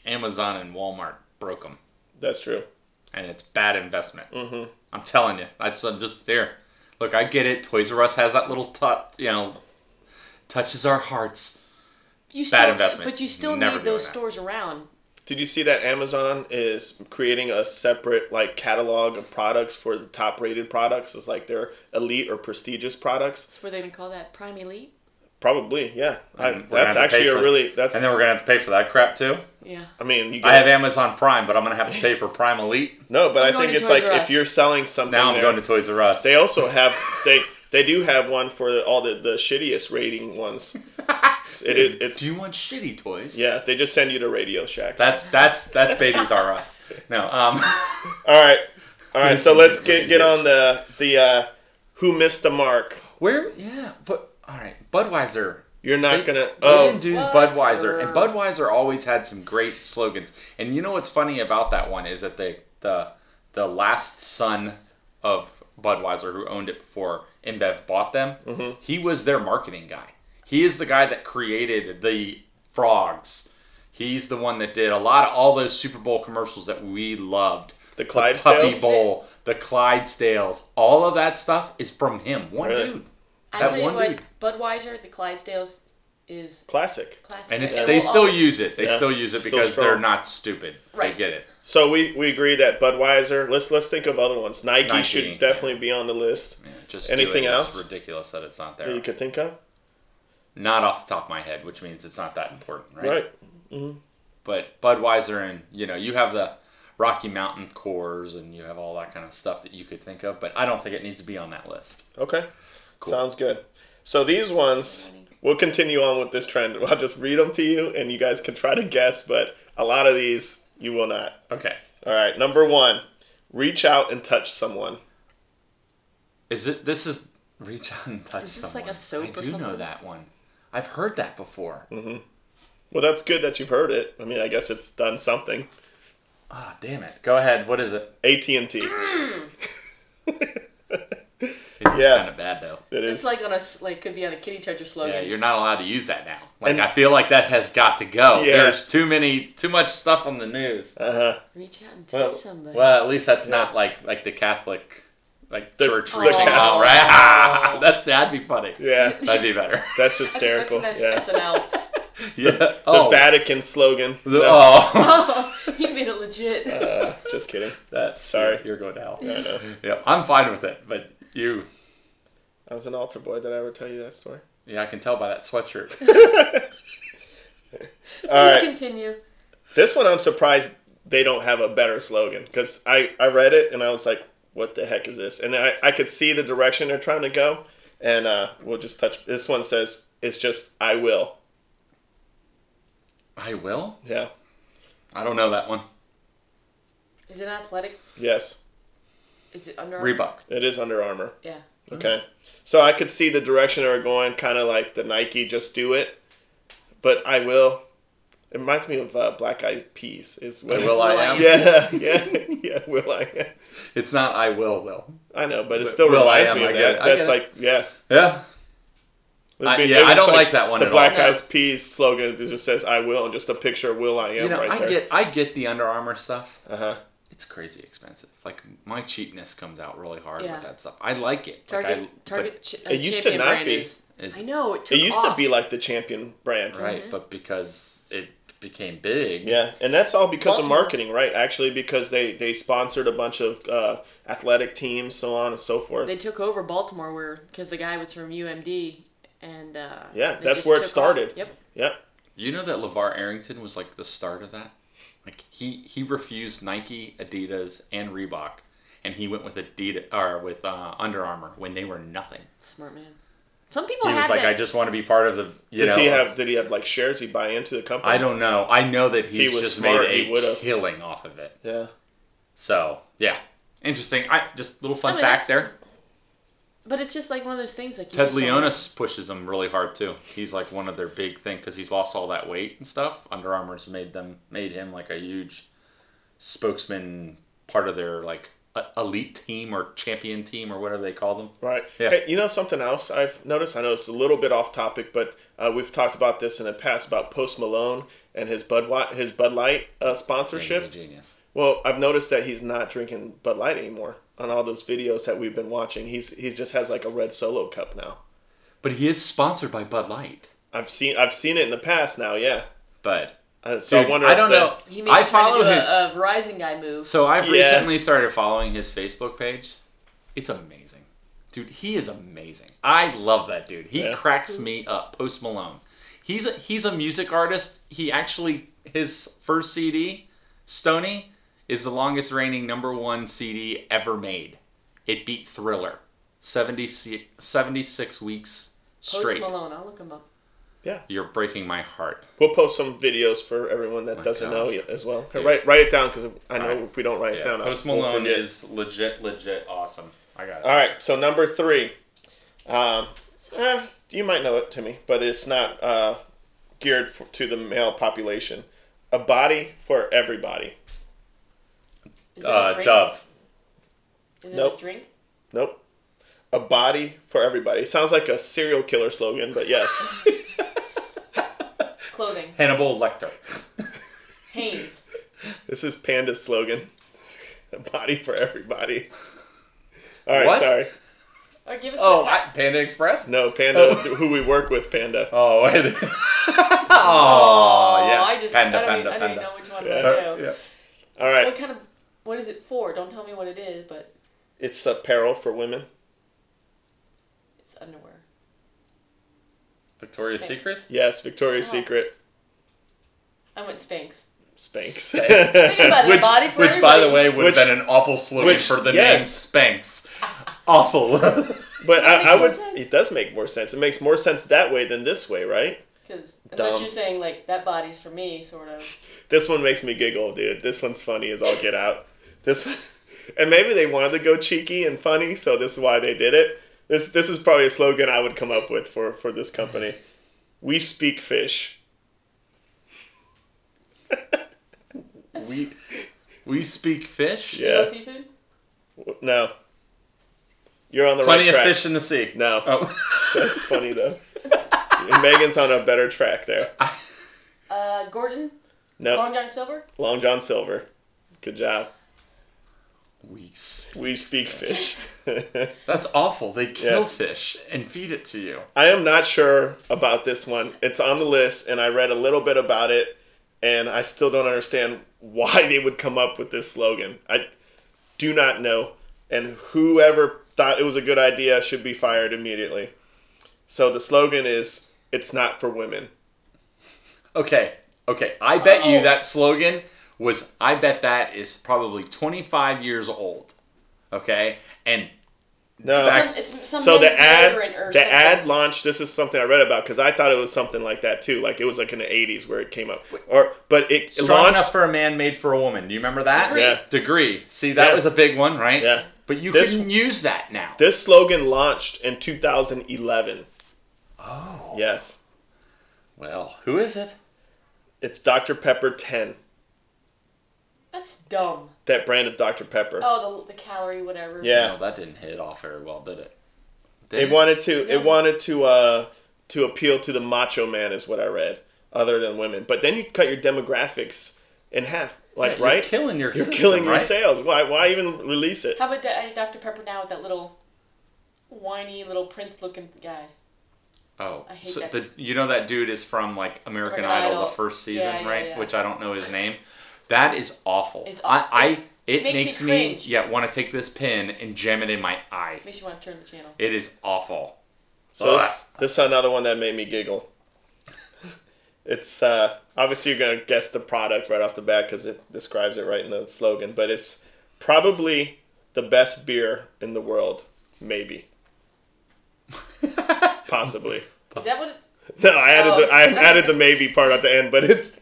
[SPEAKER 4] Amazon and Walmart broke them,
[SPEAKER 1] that's true.
[SPEAKER 4] and it's bad investment. Mm-hmm. I'm telling you. That's I'm just there. Look, I get it. Toys R Us has that little touch, you know, touches our hearts.
[SPEAKER 2] You
[SPEAKER 4] Bad
[SPEAKER 2] still,
[SPEAKER 4] investment.
[SPEAKER 2] But you still
[SPEAKER 4] Never
[SPEAKER 2] need
[SPEAKER 4] doing
[SPEAKER 2] those
[SPEAKER 4] that.
[SPEAKER 2] stores around.
[SPEAKER 1] Did you see that Amazon is creating a separate like catalog of products for the top rated products? It's like their elite or prestigious products.
[SPEAKER 2] So were they gonna call that Prime Elite?
[SPEAKER 1] Probably, yeah. I,
[SPEAKER 4] And we're gonna have
[SPEAKER 1] that's
[SPEAKER 4] to pay
[SPEAKER 1] actually
[SPEAKER 4] for
[SPEAKER 1] a
[SPEAKER 4] it.
[SPEAKER 1] really that's.
[SPEAKER 4] And then we're gonna have to pay for that crap too.
[SPEAKER 2] Yeah.
[SPEAKER 1] I mean, you get,
[SPEAKER 4] I have Amazon Prime, but I'm gonna have to pay for Prime
[SPEAKER 1] <laughs>
[SPEAKER 4] Elite.
[SPEAKER 1] no, but
[SPEAKER 2] I'm
[SPEAKER 1] i
[SPEAKER 2] going
[SPEAKER 1] think
[SPEAKER 2] to
[SPEAKER 1] it's
[SPEAKER 2] Toys
[SPEAKER 1] like
[SPEAKER 2] R
[SPEAKER 1] if
[SPEAKER 2] Us.
[SPEAKER 1] you're selling something,
[SPEAKER 4] Now I'm
[SPEAKER 1] there-
[SPEAKER 4] going to Toys R Us.
[SPEAKER 1] They also have they they do have one for all the the shittiest rating
[SPEAKER 2] <laughs>
[SPEAKER 1] ones. It, it it's
[SPEAKER 4] do you want shitty toys?
[SPEAKER 1] yeah. They just send you to Radio Shack.
[SPEAKER 4] That's that's that's babies are
[SPEAKER 1] <laughs>
[SPEAKER 4] us. No, um, <laughs>
[SPEAKER 1] all right, all right. So let's get get
[SPEAKER 4] Yes.
[SPEAKER 1] on the the uh, who missed the mark.
[SPEAKER 4] where? Yeah, but all right, Budweiser.
[SPEAKER 1] You're not
[SPEAKER 4] They-
[SPEAKER 1] gonna.
[SPEAKER 4] they
[SPEAKER 1] Oh,
[SPEAKER 4] didn't do
[SPEAKER 2] Budweiser.
[SPEAKER 4] Budweiser, and Budweiser always had some great slogans. And you know what's funny about that one is that they the the last son of Budweiser, who owned it before InBev bought them,
[SPEAKER 1] Mm-hmm.
[SPEAKER 4] he was their marketing guy. He is the guy that created the frogs. He's the one that did a lot of all those Super Bowl commercials that we loved.
[SPEAKER 1] The
[SPEAKER 4] Puppy
[SPEAKER 1] Clydesdales?
[SPEAKER 4] Bowl, the Clydesdales, all of that stuff is from him. One
[SPEAKER 1] Really?
[SPEAKER 4] dude.
[SPEAKER 2] I
[SPEAKER 4] That
[SPEAKER 2] tell you
[SPEAKER 4] one
[SPEAKER 2] what,
[SPEAKER 4] dude.
[SPEAKER 2] Budweiser, the Clydesdales, is
[SPEAKER 1] classic.
[SPEAKER 2] classic.
[SPEAKER 4] And it's
[SPEAKER 2] It
[SPEAKER 4] they
[SPEAKER 2] will
[SPEAKER 4] still
[SPEAKER 2] always-
[SPEAKER 4] use it. They
[SPEAKER 1] Yeah.
[SPEAKER 4] still use it
[SPEAKER 1] Still
[SPEAKER 4] because
[SPEAKER 1] strong.
[SPEAKER 4] they're not stupid. They
[SPEAKER 2] Right.
[SPEAKER 4] get it.
[SPEAKER 1] So we we agree that Budweiser. Let's let's think of other ones. Nike,
[SPEAKER 4] Nike,
[SPEAKER 1] should
[SPEAKER 4] yeah.
[SPEAKER 1] definitely be on the list.
[SPEAKER 4] Yeah, just
[SPEAKER 1] Anything
[SPEAKER 4] do it. It's
[SPEAKER 1] else?
[SPEAKER 4] ridiculous that it's not
[SPEAKER 1] That
[SPEAKER 4] there.
[SPEAKER 1] you could think of,
[SPEAKER 4] Not off the top of my head, which means it's not that important, right?
[SPEAKER 1] right?
[SPEAKER 4] But Budweiser and you know you have the Rocky Mountain cores and you have all that kind of stuff that you could think of, but I don't think it needs to be on that list.
[SPEAKER 1] Okay. Sounds good. So these ones, we'll continue on with this trend. <laughs> I'll just read them to you, and you guys can try to guess. But a lot of these, you will not.
[SPEAKER 4] Okay.
[SPEAKER 1] All right. Number one, reach out and touch someone.
[SPEAKER 4] Is it? This is reach out and touch
[SPEAKER 2] this
[SPEAKER 4] someone.
[SPEAKER 2] like a soap
[SPEAKER 4] I
[SPEAKER 2] or
[SPEAKER 4] do know
[SPEAKER 2] something?
[SPEAKER 4] that one. I've heard that before.
[SPEAKER 1] Mm. Well, that's good that you've heard it. I mean, I guess it's done something.
[SPEAKER 4] Ah, damn it. Go ahead. What is it?
[SPEAKER 1] AT and T.
[SPEAKER 4] Mm.
[SPEAKER 1] <laughs>
[SPEAKER 4] It's
[SPEAKER 1] Yeah.
[SPEAKER 4] kind of bad though.
[SPEAKER 1] It
[SPEAKER 2] It's
[SPEAKER 1] is.
[SPEAKER 2] like on a s- like could be on a kitty toucher slogan.
[SPEAKER 4] Yeah, you're not allowed to use that now. Like
[SPEAKER 1] And-
[SPEAKER 4] I feel like that has got to go.
[SPEAKER 1] Yeah.
[SPEAKER 4] There's too many, too much stuff on the news.
[SPEAKER 1] Uh huh.
[SPEAKER 2] Reach out and touch
[SPEAKER 4] Well,
[SPEAKER 2] somebody.
[SPEAKER 4] well, at least that's not like like the Catholic, like
[SPEAKER 1] The-
[SPEAKER 4] church
[SPEAKER 1] the
[SPEAKER 4] reaching out,
[SPEAKER 2] Catholic-
[SPEAKER 4] right? <laughs> Ah,
[SPEAKER 1] <laughs>
[SPEAKER 4] that's that'd be funny.
[SPEAKER 2] <laughs>
[SPEAKER 1] Yeah.
[SPEAKER 4] That'd be
[SPEAKER 1] <laughs>
[SPEAKER 4] better. <laughs>
[SPEAKER 1] That's
[SPEAKER 2] I think that's
[SPEAKER 1] hysterical.
[SPEAKER 2] an S-
[SPEAKER 1] yeah.
[SPEAKER 2] SNL.
[SPEAKER 4] yeah.
[SPEAKER 1] The
[SPEAKER 4] oh.
[SPEAKER 1] Vatican slogan.
[SPEAKER 4] the-
[SPEAKER 1] No,
[SPEAKER 4] oh. <laughs>
[SPEAKER 1] <laughs>
[SPEAKER 2] <laughs> oh, he made it legit.
[SPEAKER 1] uh, just kidding.
[SPEAKER 4] that's
[SPEAKER 1] Sorry.
[SPEAKER 4] You're going to hell.
[SPEAKER 1] I know.
[SPEAKER 4] Yeah, I'm fine with it, but you.
[SPEAKER 1] I was an altar boy. Did I ever tell you that
[SPEAKER 2] <laughs>
[SPEAKER 1] story? <laughs>
[SPEAKER 4] Yeah, I can tell by that sweatshirt.
[SPEAKER 1] All
[SPEAKER 2] Please
[SPEAKER 1] right.
[SPEAKER 2] continue.
[SPEAKER 1] This one, I'm surprised they don't have a better slogan because I, I read it and I was like, what the heck is this? And I, I could see the direction they're trying to go. And uh, we'll just touch. This one says, it's just, I will.
[SPEAKER 4] I will.
[SPEAKER 1] Yeah.
[SPEAKER 4] I don't know that one.
[SPEAKER 2] Is it athletic?
[SPEAKER 1] Yes.
[SPEAKER 2] Is it under?
[SPEAKER 4] Reebok.
[SPEAKER 1] It is Under Armour.
[SPEAKER 2] Yeah.
[SPEAKER 1] Okay. So I could see the direction they were going, kind of like the Nike "Just Do It," but I will. It reminds me of uh, Black Eyed Peas. Is what
[SPEAKER 4] I will I am.
[SPEAKER 1] <laughs> Yeah, yeah, yeah. Will I? <laughs> Am.
[SPEAKER 4] It's not I will will.
[SPEAKER 1] I know, but it still
[SPEAKER 4] Will I
[SPEAKER 1] reminds
[SPEAKER 4] Am,
[SPEAKER 1] me
[SPEAKER 4] I
[SPEAKER 1] of
[SPEAKER 4] get
[SPEAKER 1] that.
[SPEAKER 4] it, I
[SPEAKER 1] That's
[SPEAKER 4] get it.
[SPEAKER 1] like yeah.
[SPEAKER 4] Yeah. I-
[SPEAKER 1] It'd be-
[SPEAKER 4] yeah,
[SPEAKER 1] it
[SPEAKER 4] I
[SPEAKER 1] was
[SPEAKER 4] don't like that one
[SPEAKER 1] The
[SPEAKER 4] at all.
[SPEAKER 1] Black
[SPEAKER 2] No.
[SPEAKER 1] Eyed Peas slogan it just says "I will" and just a picture of "Will I Am"
[SPEAKER 4] you know,
[SPEAKER 1] right
[SPEAKER 4] I
[SPEAKER 1] there.
[SPEAKER 4] get I get the Under Armour stuff.
[SPEAKER 1] uh-huh.
[SPEAKER 4] It's crazy expensive. Like my cheapness comes out really hard
[SPEAKER 2] Yeah.
[SPEAKER 4] with that stuff. I like it.
[SPEAKER 2] Target,
[SPEAKER 4] like I,
[SPEAKER 2] Target. Ch- uh,
[SPEAKER 1] It used to
[SPEAKER 2] champion
[SPEAKER 1] not
[SPEAKER 2] brand
[SPEAKER 1] be.
[SPEAKER 2] Is,
[SPEAKER 4] but it's-
[SPEAKER 2] I know it. Took
[SPEAKER 1] It used to
[SPEAKER 2] off.
[SPEAKER 1] be like the champion brand.
[SPEAKER 4] right,
[SPEAKER 2] mm-hmm.
[SPEAKER 4] but because it became big.
[SPEAKER 1] Yeah, and that's all because
[SPEAKER 2] Baltimore.
[SPEAKER 1] of marketing, right? Actually, because they they sponsored a bunch of uh, athletic teams, so on and so forth.
[SPEAKER 2] They took over Baltimore, where because the guy was from UMD, and uh,
[SPEAKER 1] Yeah,
[SPEAKER 2] they
[SPEAKER 1] that's
[SPEAKER 2] just
[SPEAKER 1] where it
[SPEAKER 2] took off.
[SPEAKER 1] started.
[SPEAKER 2] Yep.
[SPEAKER 1] yep.
[SPEAKER 4] You know that LeVar Arrington was like the start of that? Like he he refused Nike, Adidas, and Reebok and he went with Adidas or with uh, Under Armour when they were nothing.
[SPEAKER 2] Smart man. Some people
[SPEAKER 4] He
[SPEAKER 2] had
[SPEAKER 4] was like,
[SPEAKER 2] that.
[SPEAKER 4] I just want to be part of the. You
[SPEAKER 1] Does
[SPEAKER 4] know,
[SPEAKER 1] he have? Did he have like shares? Did he buy into the company?
[SPEAKER 4] I don't know. I know that he's
[SPEAKER 1] was
[SPEAKER 4] just
[SPEAKER 1] smart,
[SPEAKER 4] made
[SPEAKER 1] he
[SPEAKER 4] a
[SPEAKER 1] would've.
[SPEAKER 4] killing off of it.
[SPEAKER 1] Yeah.
[SPEAKER 4] So yeah, interesting. I just little fun
[SPEAKER 2] I mean,
[SPEAKER 4] fact
[SPEAKER 2] that's-
[SPEAKER 4] there.
[SPEAKER 2] but it's just like one of those things. Like you
[SPEAKER 4] Ted
[SPEAKER 2] just don't know.
[SPEAKER 4] Leonis pushes them really hard too. He's like one of their big thing because he's lost all that weight and stuff. Under Armour's made them made him like a huge spokesman, part of their like e- elite team or champion team or whatever they call them.
[SPEAKER 1] Right.
[SPEAKER 4] Yeah.
[SPEAKER 1] Hey, you know something else I've noticed? I know it's a little bit off topic, but uh, we've talked about this in the past about Post Malone and his Bud Wa- his Bud Light uh,
[SPEAKER 4] Yeah, he's
[SPEAKER 1] sponsorship.
[SPEAKER 4] a genius.
[SPEAKER 1] Well, I've noticed that he's not drinking Bud Light anymore on all those videos that we've been watching. He's he just has like a red solo cup now.
[SPEAKER 4] But he is sponsored by Bud Light.
[SPEAKER 1] I've seen I've seen it in the past now. Yeah.
[SPEAKER 4] But
[SPEAKER 1] Uh, so I
[SPEAKER 4] Dude,
[SPEAKER 1] wonder.
[SPEAKER 4] I
[SPEAKER 1] if
[SPEAKER 4] don't
[SPEAKER 1] the-
[SPEAKER 4] know.
[SPEAKER 2] He made
[SPEAKER 4] I
[SPEAKER 2] me try to
[SPEAKER 4] follow
[SPEAKER 2] do
[SPEAKER 4] his.
[SPEAKER 2] a, a Verizon guy move.
[SPEAKER 4] so I've
[SPEAKER 1] Yeah.
[SPEAKER 4] recently started following his Facebook page. It's amazing, dude. He is amazing. I love that dude. He
[SPEAKER 1] Yeah.
[SPEAKER 4] cracks me up. Post Malone. He's a, he's a music artist. He actually his first CD, Stony, is the longest reigning number one CD ever made. It beat Thriller, 76, 76 weeks
[SPEAKER 2] Post
[SPEAKER 4] straight.
[SPEAKER 2] Malone, I'll look him up.
[SPEAKER 4] You're breaking my heart.
[SPEAKER 1] We'll post some videos for everyone that
[SPEAKER 4] My
[SPEAKER 1] doesn't
[SPEAKER 4] God.
[SPEAKER 1] know yet as well. Hey,
[SPEAKER 4] Dude.
[SPEAKER 1] write write it down because I know
[SPEAKER 4] Alright.
[SPEAKER 1] if we don't write it
[SPEAKER 4] Yeah,
[SPEAKER 1] down, I'll-
[SPEAKER 4] Post
[SPEAKER 1] we'll
[SPEAKER 4] Malone
[SPEAKER 1] forget.
[SPEAKER 4] is legit, legit awesome. I got it.
[SPEAKER 1] All right, so number three, um, eh, you might know it, Timmy, but it's not uh, geared for, to the male population. A body for everybody.
[SPEAKER 2] Is that a
[SPEAKER 4] Uh,
[SPEAKER 2] drink?
[SPEAKER 4] Dove.
[SPEAKER 2] Is it
[SPEAKER 1] Nope.
[SPEAKER 2] a drink?
[SPEAKER 1] Nope. A body for everybody. It sounds like a serial killer slogan, but yes.
[SPEAKER 2] Clothing.
[SPEAKER 4] <laughs> Hannibal Lecter.
[SPEAKER 2] Hanes.
[SPEAKER 1] this is Panda's slogan. <laughs> A body for everybody. All right,
[SPEAKER 4] What?
[SPEAKER 1] sorry.
[SPEAKER 2] Or give us
[SPEAKER 4] Oh,
[SPEAKER 2] the top.
[SPEAKER 4] I- Panda Express?
[SPEAKER 1] No, Panda, who we work with, Panda.
[SPEAKER 4] Oh, <laughs> wait.
[SPEAKER 2] Oh,
[SPEAKER 4] oh, yeah.
[SPEAKER 2] I just
[SPEAKER 4] Panda,
[SPEAKER 2] I don't,
[SPEAKER 4] Panda,
[SPEAKER 2] even, I don't
[SPEAKER 4] Panda.
[SPEAKER 2] even know which one
[SPEAKER 1] Yeah.
[SPEAKER 2] I know.
[SPEAKER 4] Yeah.
[SPEAKER 1] All right.
[SPEAKER 2] What kind of what is it for? Don't tell me what it is, but
[SPEAKER 1] It's apparel for women.
[SPEAKER 2] it's underwear.
[SPEAKER 4] Victoria's
[SPEAKER 2] Sphinx.
[SPEAKER 4] Secret?
[SPEAKER 1] Yes, Victoria's
[SPEAKER 2] Oh.
[SPEAKER 1] Secret,
[SPEAKER 2] I went Spanx.
[SPEAKER 1] Spanx.
[SPEAKER 4] Spanx.
[SPEAKER 2] <laughs> Think about it, a
[SPEAKER 4] Which,
[SPEAKER 2] body for
[SPEAKER 4] which by the way,
[SPEAKER 2] everybody.
[SPEAKER 4] would
[SPEAKER 1] Which-
[SPEAKER 4] have been an awful slogan
[SPEAKER 1] which-
[SPEAKER 4] for the
[SPEAKER 1] yes. <laughs>
[SPEAKER 4] name Spanx. awful.
[SPEAKER 1] but
[SPEAKER 2] That
[SPEAKER 1] I, I would.
[SPEAKER 2] makes more sense.
[SPEAKER 1] It does make more sense. It makes more sense that way than this way, right?
[SPEAKER 2] because unless
[SPEAKER 1] Dumb.
[SPEAKER 2] you're saying like that body's for me, sort of.
[SPEAKER 1] This one makes me giggle, dude. This one's funny as all get out. This, one, <laughs> and maybe they wanted to go cheeky and funny, so this is why they did it. This this is probably a slogan I would come up with for for this company. We speak fish.
[SPEAKER 4] <laughs> we, we speak fish?
[SPEAKER 1] <laughs> Yeah.
[SPEAKER 2] No seafood.
[SPEAKER 1] No. You're on the
[SPEAKER 4] Plenty
[SPEAKER 1] right
[SPEAKER 4] of
[SPEAKER 1] track.
[SPEAKER 4] fish in the sea.
[SPEAKER 1] No.
[SPEAKER 4] Oh.
[SPEAKER 1] <laughs>
[SPEAKER 4] <laughs>
[SPEAKER 1] That's funny though. Megan's on a better track there.
[SPEAKER 2] Uh, Gordon,
[SPEAKER 1] No,
[SPEAKER 2] Long John Silver.
[SPEAKER 1] Long John Silver. Good job.
[SPEAKER 4] we speak.
[SPEAKER 1] We speak fish. <laughs>
[SPEAKER 4] That's awful. They kill
[SPEAKER 1] Yeah.
[SPEAKER 4] fish and feed it to you.
[SPEAKER 1] I am not sure about this one. It's on the list, and I read a little bit about it, and I still don't understand why they would come up with this slogan. I do not know, and whoever thought it was a good idea should be fired immediately. So the slogan is "It's not for women."
[SPEAKER 4] Okay, okay. I bet you
[SPEAKER 2] Oh.
[SPEAKER 4] that slogan was. I bet that is probably 25 years old. Okay, and
[SPEAKER 1] No.
[SPEAKER 2] Some, it's some
[SPEAKER 1] so the
[SPEAKER 2] men's
[SPEAKER 1] ad,
[SPEAKER 2] deodorant or
[SPEAKER 1] the
[SPEAKER 2] something.
[SPEAKER 1] ad launched. This is something I read about because I thought it was something like that too. Like it was like in the '80s where it came up, or but it
[SPEAKER 4] Strong
[SPEAKER 1] launched.
[SPEAKER 4] enough for a man, made for a woman. Do you remember that?
[SPEAKER 2] Degree. Yeah.
[SPEAKER 4] Degree. See, that
[SPEAKER 1] Yeah.
[SPEAKER 4] was a big one, right?
[SPEAKER 1] Yeah.
[SPEAKER 4] But you
[SPEAKER 1] This-
[SPEAKER 4] couldn't use that now.
[SPEAKER 1] This slogan launched in 2011.
[SPEAKER 4] oh.
[SPEAKER 1] Yes,
[SPEAKER 4] Well, who is it?
[SPEAKER 1] it's Dr Pepper 10.
[SPEAKER 2] That's dumb.
[SPEAKER 1] That brand of Dr Pepper.
[SPEAKER 2] Oh, the, the calorie whatever.
[SPEAKER 1] Yeah.
[SPEAKER 4] No, that didn't hit off very well, did it? Did
[SPEAKER 1] It wanted to. It wanted to. Uh, to appeal to the macho man is what I read. Other than women, but then you cut your demographics in half. Like
[SPEAKER 4] you're
[SPEAKER 1] right,
[SPEAKER 4] killing your
[SPEAKER 1] You're
[SPEAKER 4] system,
[SPEAKER 1] killing your
[SPEAKER 4] right?
[SPEAKER 1] sales. Why? Why even release it?
[SPEAKER 2] How about Di- Dr. Pepper now with that little whiny little prince looking guy?
[SPEAKER 4] Oh,
[SPEAKER 2] I hate
[SPEAKER 4] so
[SPEAKER 2] that.
[SPEAKER 4] the, you know that dude is from like
[SPEAKER 2] American
[SPEAKER 4] American, Idol,
[SPEAKER 2] Idol.
[SPEAKER 4] the first season,
[SPEAKER 2] Yeah, yeah,
[SPEAKER 4] right?
[SPEAKER 2] yeah.
[SPEAKER 4] Which I don't know his name. That is awful.
[SPEAKER 2] It's
[SPEAKER 4] I,
[SPEAKER 2] awful.
[SPEAKER 4] I it
[SPEAKER 2] Makes me
[SPEAKER 4] makes me,
[SPEAKER 2] cringe.
[SPEAKER 4] yeah want to take this pin and jam it in my eye.
[SPEAKER 2] Makes you want to turn the channel.
[SPEAKER 4] It is awful.
[SPEAKER 1] So
[SPEAKER 4] Ugh.
[SPEAKER 1] this, this is another one that made me giggle. <laughs> It's uh, obviously you're gonna guess the product right off the bat because it describes it right in the slogan, but it's probably the best beer in the world, maybe,
[SPEAKER 2] <laughs>
[SPEAKER 1] possibly.
[SPEAKER 2] Is that what it's.
[SPEAKER 1] <laughs> No, I added the
[SPEAKER 2] Oh.
[SPEAKER 1] I added the maybe part at the end, but it's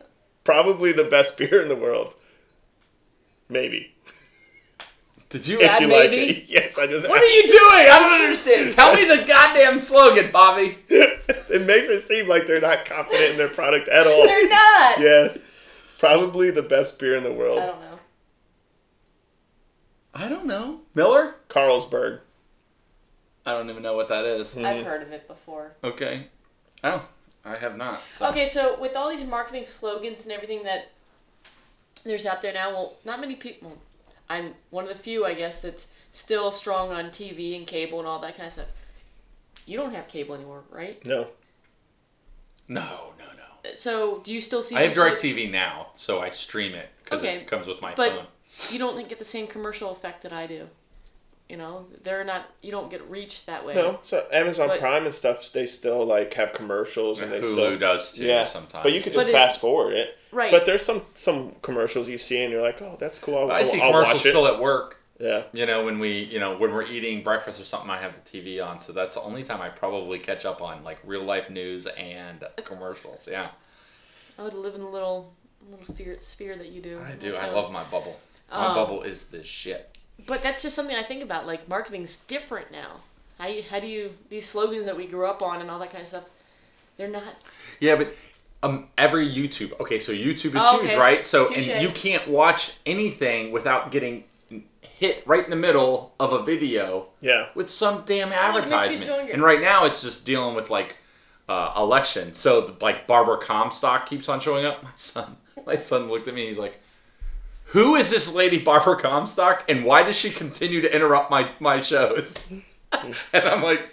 [SPEAKER 1] probably the best beer in the world, maybe.
[SPEAKER 4] Did you
[SPEAKER 1] If
[SPEAKER 4] add
[SPEAKER 1] you like
[SPEAKER 3] maybe?
[SPEAKER 1] it, <laughs> yes, I just
[SPEAKER 3] What are you doing? I don't
[SPEAKER 4] <laughs>
[SPEAKER 3] understand. Tell me the goddamn slogan, Bobby.
[SPEAKER 1] it makes it seem like they're not confident in their product at all.
[SPEAKER 2] They're
[SPEAKER 1] <laughs>
[SPEAKER 2] not!
[SPEAKER 1] yes. Probably the best beer in the
[SPEAKER 2] I
[SPEAKER 1] world.
[SPEAKER 2] don't know.
[SPEAKER 4] I don't know. Miller?
[SPEAKER 1] Carlsberg.
[SPEAKER 4] I don't even know what that is.
[SPEAKER 2] I've heard of it before.
[SPEAKER 4] Okay. Oh, I have not. So.
[SPEAKER 2] Okay, so with all these marketing slogans and everything that there's out there now, well, not many people. I'm one of the few, I guess, that's still strong on TV and cable and all that kind of stuff. You don't have cable anymore, right?
[SPEAKER 1] No.
[SPEAKER 4] No, no, no.
[SPEAKER 2] So do you still see?
[SPEAKER 4] I have
[SPEAKER 2] these, like-
[SPEAKER 4] DirecTV now, so I stream it because
[SPEAKER 2] Okay,
[SPEAKER 4] it comes with my
[SPEAKER 2] but-
[SPEAKER 4] phone.
[SPEAKER 2] You don't get the same commercial effect that I do. You know, they're not. You don't get reached that way.
[SPEAKER 1] No. So Amazon
[SPEAKER 2] But-
[SPEAKER 1] Prime and stuff, they still like have commercials and they
[SPEAKER 4] Hulu
[SPEAKER 1] still
[SPEAKER 4] does too
[SPEAKER 1] yeah.
[SPEAKER 4] sometimes.
[SPEAKER 1] But you could
[SPEAKER 2] But
[SPEAKER 1] just
[SPEAKER 2] it's-
[SPEAKER 1] fast forward it.
[SPEAKER 2] Right.
[SPEAKER 1] But there's some some commercials you see and you're like, oh, that's cool. I'll,
[SPEAKER 4] I see
[SPEAKER 1] I'll
[SPEAKER 4] commercials
[SPEAKER 1] watch it.
[SPEAKER 4] still at work.
[SPEAKER 1] yeah.
[SPEAKER 4] You know, when we, you know, when we're eating breakfast or something, I have the TV on, so that's the only time I probably catch up on like real life news and commercials. Yeah,
[SPEAKER 2] I would live in the little little fear, sphere that you do.
[SPEAKER 4] I do.
[SPEAKER 2] Um,
[SPEAKER 4] I love my bubble. My
[SPEAKER 2] Um,
[SPEAKER 4] bubble is the shit.
[SPEAKER 2] But that's just something I think about. Like marketing's different now. How you, how do you these slogans that we grew up on and all that kind of stuff? They're not.
[SPEAKER 4] Yeah, but um, every YouTube. Okay, so YouTube is
[SPEAKER 2] Oh,
[SPEAKER 4] huge,
[SPEAKER 2] okay.
[SPEAKER 4] right? So
[SPEAKER 2] Touche.
[SPEAKER 4] and you can't watch anything without getting hit right in the middle of a video
[SPEAKER 1] Yeah.
[SPEAKER 4] with some damn
[SPEAKER 2] it makes me so
[SPEAKER 4] advertisement.
[SPEAKER 2] angry.
[SPEAKER 4] And right now it's just dealing with like uh, election. So the, like Barbara Comstock keeps on showing up. <laughs> My son, my son looked at me. He's like, "Who is this lady Barbara Comstock, and why does she continue to interrupt my my shows?" <laughs> and I'm like,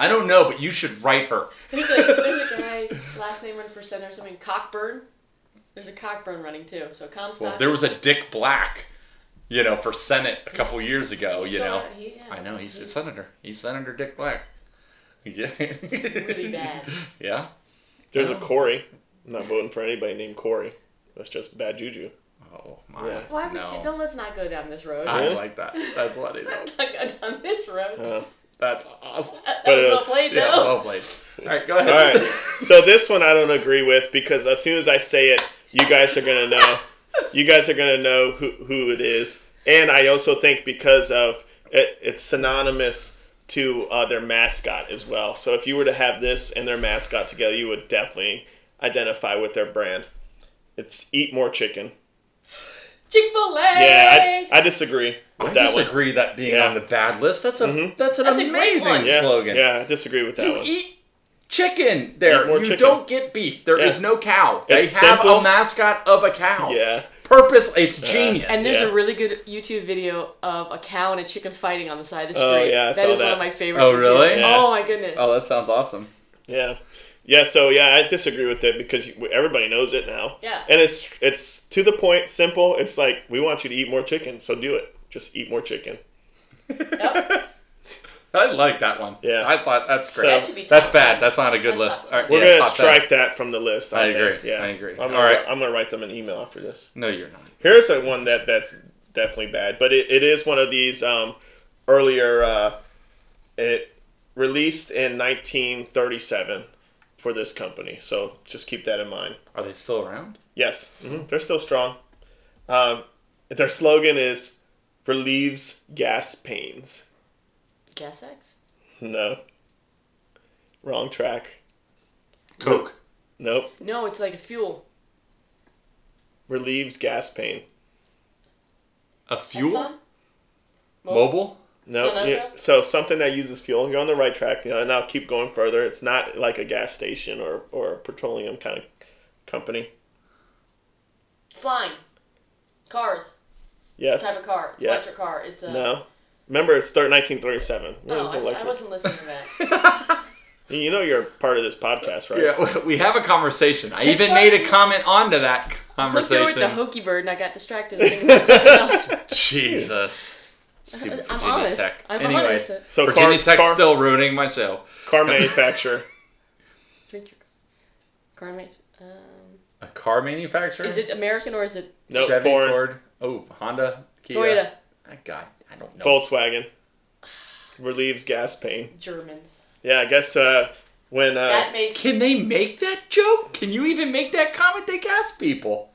[SPEAKER 4] "I don't know, but you should write her."
[SPEAKER 2] There's a there's a guy last name runs for center or something. Cockburn. There's a Cockburn running too. So Comstock.
[SPEAKER 4] Well, there was a Dick Black, you know, for Senate a couple years ago. You
[SPEAKER 2] still
[SPEAKER 4] know,
[SPEAKER 2] running, he- yeah.
[SPEAKER 4] I know he's a senator. He's Senator Dick Black. <laughs>
[SPEAKER 2] <laughs>
[SPEAKER 4] Yeah. really
[SPEAKER 2] really
[SPEAKER 4] <laughs>
[SPEAKER 2] bad.
[SPEAKER 4] Yeah.
[SPEAKER 1] There's a Corey. I'm not voting for anybody named Corey. That's just bad juju.
[SPEAKER 4] <laughs> Oh my.
[SPEAKER 1] Yeah.
[SPEAKER 2] Why would
[SPEAKER 4] no.
[SPEAKER 2] don't let's not go down this road.
[SPEAKER 4] I
[SPEAKER 1] Really?
[SPEAKER 4] like that. That's funny though.
[SPEAKER 2] let's <laughs> not go down this road.
[SPEAKER 1] Uh,
[SPEAKER 4] That's awesome.
[SPEAKER 2] that
[SPEAKER 1] But
[SPEAKER 2] was
[SPEAKER 1] it
[SPEAKER 2] well
[SPEAKER 1] was-
[SPEAKER 2] played
[SPEAKER 4] Yeah,
[SPEAKER 2] though.
[SPEAKER 4] well played. All right, go ahead.
[SPEAKER 1] all right. so this one I don't agree with because as soon as I say it, you guys are gonna know. You guys are gonna know who who it is. And I also think because of it, it's synonymous to uh, their mascot as well. So if you were to have this and their mascot together, you would definitely identify with their brand. It's eat more chicken.
[SPEAKER 2] Chick Fil A.
[SPEAKER 1] Yeah, I, I disagree with
[SPEAKER 4] I
[SPEAKER 1] that one.
[SPEAKER 4] disagree that being
[SPEAKER 1] Yeah.
[SPEAKER 4] on the bad list. That's a Mm-hmm. that's an
[SPEAKER 2] That's a great
[SPEAKER 4] amazing
[SPEAKER 2] one.
[SPEAKER 1] Yeah,
[SPEAKER 4] slogan.
[SPEAKER 1] Yeah, I disagree with that
[SPEAKER 4] You
[SPEAKER 1] one.
[SPEAKER 4] eat chicken there.
[SPEAKER 1] Eat more
[SPEAKER 4] you
[SPEAKER 1] chicken.
[SPEAKER 4] don't get beef. There is
[SPEAKER 1] Yeah.
[SPEAKER 4] no cow. They
[SPEAKER 1] It's
[SPEAKER 4] have
[SPEAKER 1] simple.
[SPEAKER 4] a mascot of a cow.
[SPEAKER 1] yeah.
[SPEAKER 4] Purpose. It's genius.
[SPEAKER 2] And there's
[SPEAKER 1] Yeah.
[SPEAKER 2] a really good YouTube video of a cow and a chicken fighting on the side of the
[SPEAKER 1] Oh,
[SPEAKER 2] street.
[SPEAKER 1] yeah, I
[SPEAKER 2] That
[SPEAKER 1] saw
[SPEAKER 2] is one
[SPEAKER 1] that.
[SPEAKER 2] of my favorite.
[SPEAKER 4] Oh,
[SPEAKER 2] YouTubes.
[SPEAKER 4] really?
[SPEAKER 1] Yeah.
[SPEAKER 2] Oh my goodness.
[SPEAKER 4] oh, that sounds awesome.
[SPEAKER 1] Yeah, yeah. So yeah, I disagree with it because you- everybody knows it now.
[SPEAKER 2] Yeah.
[SPEAKER 1] and it's it's to the point, simple. It's like we want you to eat more chicken, so do it. Just eat more chicken. <laughs>
[SPEAKER 2] Yep.
[SPEAKER 4] I like that one.
[SPEAKER 1] Yeah.
[SPEAKER 4] I thought that's
[SPEAKER 1] So-
[SPEAKER 4] great.
[SPEAKER 1] That
[SPEAKER 2] should be
[SPEAKER 4] that's
[SPEAKER 2] top
[SPEAKER 4] bad.
[SPEAKER 2] ten.
[SPEAKER 4] That's not a good
[SPEAKER 2] That's
[SPEAKER 4] list.
[SPEAKER 2] top
[SPEAKER 4] All right,
[SPEAKER 1] We're
[SPEAKER 4] yeah,
[SPEAKER 1] gonna
[SPEAKER 4] top ten.
[SPEAKER 1] strike that from the list. I,
[SPEAKER 4] I
[SPEAKER 1] think.
[SPEAKER 4] agree.
[SPEAKER 1] Yeah,
[SPEAKER 4] I agree.
[SPEAKER 1] I'm gonna,
[SPEAKER 4] All right.
[SPEAKER 1] I'm gonna write them an email after this.
[SPEAKER 4] No, you're not.
[SPEAKER 1] Here's a one that that's definitely bad, but it, it is one of these um, earlier uh, It released in 1937 for this company, so just keep that in mind.
[SPEAKER 4] Are they still around?
[SPEAKER 1] Yes,
[SPEAKER 2] Mm-hmm.
[SPEAKER 1] hmm they're still strong. Um, their slogan is "relieves gas pains."
[SPEAKER 2] Gas X?
[SPEAKER 1] No, wrong track.
[SPEAKER 4] Coke.
[SPEAKER 1] Nope,
[SPEAKER 2] No, it's like a fuel.
[SPEAKER 1] relieves gas pain.
[SPEAKER 4] A fuel?
[SPEAKER 2] Exxon? <laughs>
[SPEAKER 4] Mobile? <laughs>
[SPEAKER 1] No,
[SPEAKER 2] Sunoco?
[SPEAKER 1] yeah, so something that uses fuel. You're on the right track, you know, and I'll keep going further. It's not like a gas station or, or a petroleum kind of company.
[SPEAKER 2] Flying. Cars.
[SPEAKER 1] Yes.
[SPEAKER 2] It's a type of car. It's
[SPEAKER 1] Yeah.
[SPEAKER 2] electric car. It's a.
[SPEAKER 1] No. Remember, it's thir- 1937. It
[SPEAKER 2] Oh,
[SPEAKER 1] was
[SPEAKER 2] I, s- I
[SPEAKER 1] electric.
[SPEAKER 2] wasn't listening to that.
[SPEAKER 4] <laughs>
[SPEAKER 1] You know you're part of this podcast, right?
[SPEAKER 4] Yeah, we have a conversation. I even
[SPEAKER 2] funny.
[SPEAKER 4] made a comment onto that
[SPEAKER 2] Looked over at the
[SPEAKER 4] conversation.
[SPEAKER 2] hokey bird and I got distracted thinking about
[SPEAKER 1] <laughs>
[SPEAKER 2] <laughs> something else.
[SPEAKER 4] Jesus. Stupid
[SPEAKER 2] I'm
[SPEAKER 4] Virginia
[SPEAKER 2] honest.
[SPEAKER 4] Tech.
[SPEAKER 2] I'm
[SPEAKER 4] anyway,
[SPEAKER 2] honest.
[SPEAKER 1] So
[SPEAKER 4] Virginia
[SPEAKER 1] car,
[SPEAKER 4] Tech's
[SPEAKER 1] car,
[SPEAKER 4] still ruining my show.
[SPEAKER 1] car manufacturer.
[SPEAKER 2] Drink your garment. Um,
[SPEAKER 4] A car manufacturer?
[SPEAKER 2] is it American or is it
[SPEAKER 1] Nope,
[SPEAKER 4] Chevy,
[SPEAKER 1] foreign.
[SPEAKER 4] Ford? Oh, Honda, Kia.
[SPEAKER 2] Toyota?
[SPEAKER 4] Ah, God, I don't know.
[SPEAKER 1] Volkswagen. Relieves gas pain.
[SPEAKER 2] Germans.
[SPEAKER 1] Yeah, I guess uh, when uh,
[SPEAKER 2] that makes
[SPEAKER 4] Can they make that joke? Can you even make that comment? They gas people.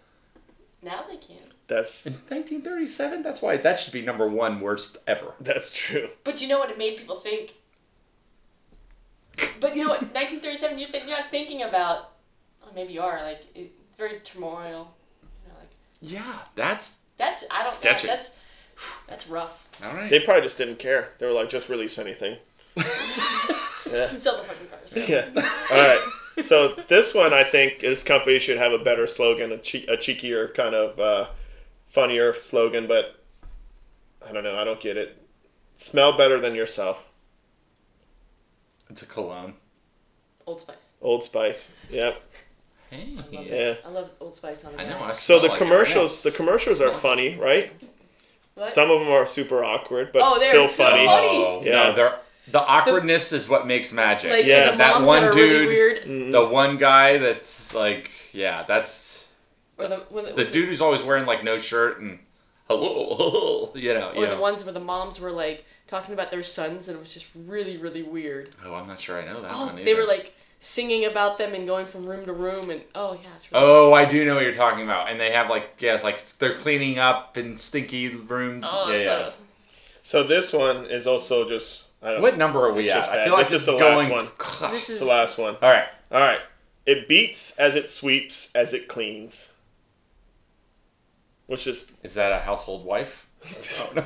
[SPEAKER 2] now they can.
[SPEAKER 1] that's
[SPEAKER 4] In 1937, that's why that should be number one worst ever.
[SPEAKER 1] that's true.
[SPEAKER 2] But you know what? It made people think. But you know what? <laughs> 1937. You're, th- you're not thinking about. Or maybe you are. Like it, it's very turmoil. You know, like
[SPEAKER 4] Yeah, that's
[SPEAKER 2] that's I don't.
[SPEAKER 4] Sketchy.
[SPEAKER 2] That's <sighs> that's rough.
[SPEAKER 4] all right.
[SPEAKER 1] They probably just didn't care. They were like, just release anything.
[SPEAKER 2] You sell the fucking cars.
[SPEAKER 1] <laughs> Yeah. All right. So this one, I think, this company should have a better slogan, a, che- a cheekier kind of uh, funnier slogan, but I don't know. I don't get it. Smell better than yourself.
[SPEAKER 4] <laughs> it's a cologne.
[SPEAKER 2] Old Spice.
[SPEAKER 1] Old Spice. Yep.
[SPEAKER 4] Hey,
[SPEAKER 2] I love
[SPEAKER 1] Yeah.
[SPEAKER 2] it. I love Old Spice on a
[SPEAKER 4] I know.
[SPEAKER 2] bag.
[SPEAKER 1] So
[SPEAKER 4] I smell
[SPEAKER 1] the
[SPEAKER 4] like it.
[SPEAKER 1] commercials, the commercials are funny, right?
[SPEAKER 2] What?
[SPEAKER 1] Some of them are super awkward, but
[SPEAKER 2] Oh, they're
[SPEAKER 1] still
[SPEAKER 2] so
[SPEAKER 1] funny.
[SPEAKER 2] funny.
[SPEAKER 4] Oh,
[SPEAKER 1] Yeah.
[SPEAKER 4] No, they're, the awkwardness is what makes magic.
[SPEAKER 2] like
[SPEAKER 1] Yeah. Mm-hmm.
[SPEAKER 2] the moms
[SPEAKER 4] that one
[SPEAKER 2] that are
[SPEAKER 4] dude,
[SPEAKER 2] really weird.
[SPEAKER 4] the one guy that's like, yeah, that's
[SPEAKER 2] Or the, when
[SPEAKER 4] the dude who's always wearing like no shirt and hello, <laughs> you know,
[SPEAKER 2] Or
[SPEAKER 4] you
[SPEAKER 2] the
[SPEAKER 4] know.
[SPEAKER 2] ones where the moms were like talking about their sons, and it was just really, really weird.
[SPEAKER 4] Oh, I'm not sure I know that
[SPEAKER 2] Oh,
[SPEAKER 4] one.
[SPEAKER 2] they were
[SPEAKER 4] either.
[SPEAKER 2] like singing about them and going from room to room, and oh yeah, it's really
[SPEAKER 4] Oh, I do know what you're talking about. And they have like, yeah, it's like they're cleaning up in stinky rooms.
[SPEAKER 2] oh,
[SPEAKER 4] yeah,
[SPEAKER 2] it's
[SPEAKER 4] yeah.
[SPEAKER 2] so-
[SPEAKER 1] So this one is also just I don't
[SPEAKER 4] What
[SPEAKER 1] know.
[SPEAKER 4] number are we
[SPEAKER 1] It's
[SPEAKER 4] at?
[SPEAKER 1] just
[SPEAKER 4] I
[SPEAKER 1] bad.
[SPEAKER 4] feel like
[SPEAKER 1] This is the
[SPEAKER 4] going. <laughs>
[SPEAKER 1] last
[SPEAKER 2] This
[SPEAKER 1] It's
[SPEAKER 2] is
[SPEAKER 1] the last one.
[SPEAKER 4] All right,
[SPEAKER 1] All right. It beats as it sweeps as it cleans. Which is
[SPEAKER 4] is that a
[SPEAKER 1] <laughs>
[SPEAKER 4] household wife? oh, no.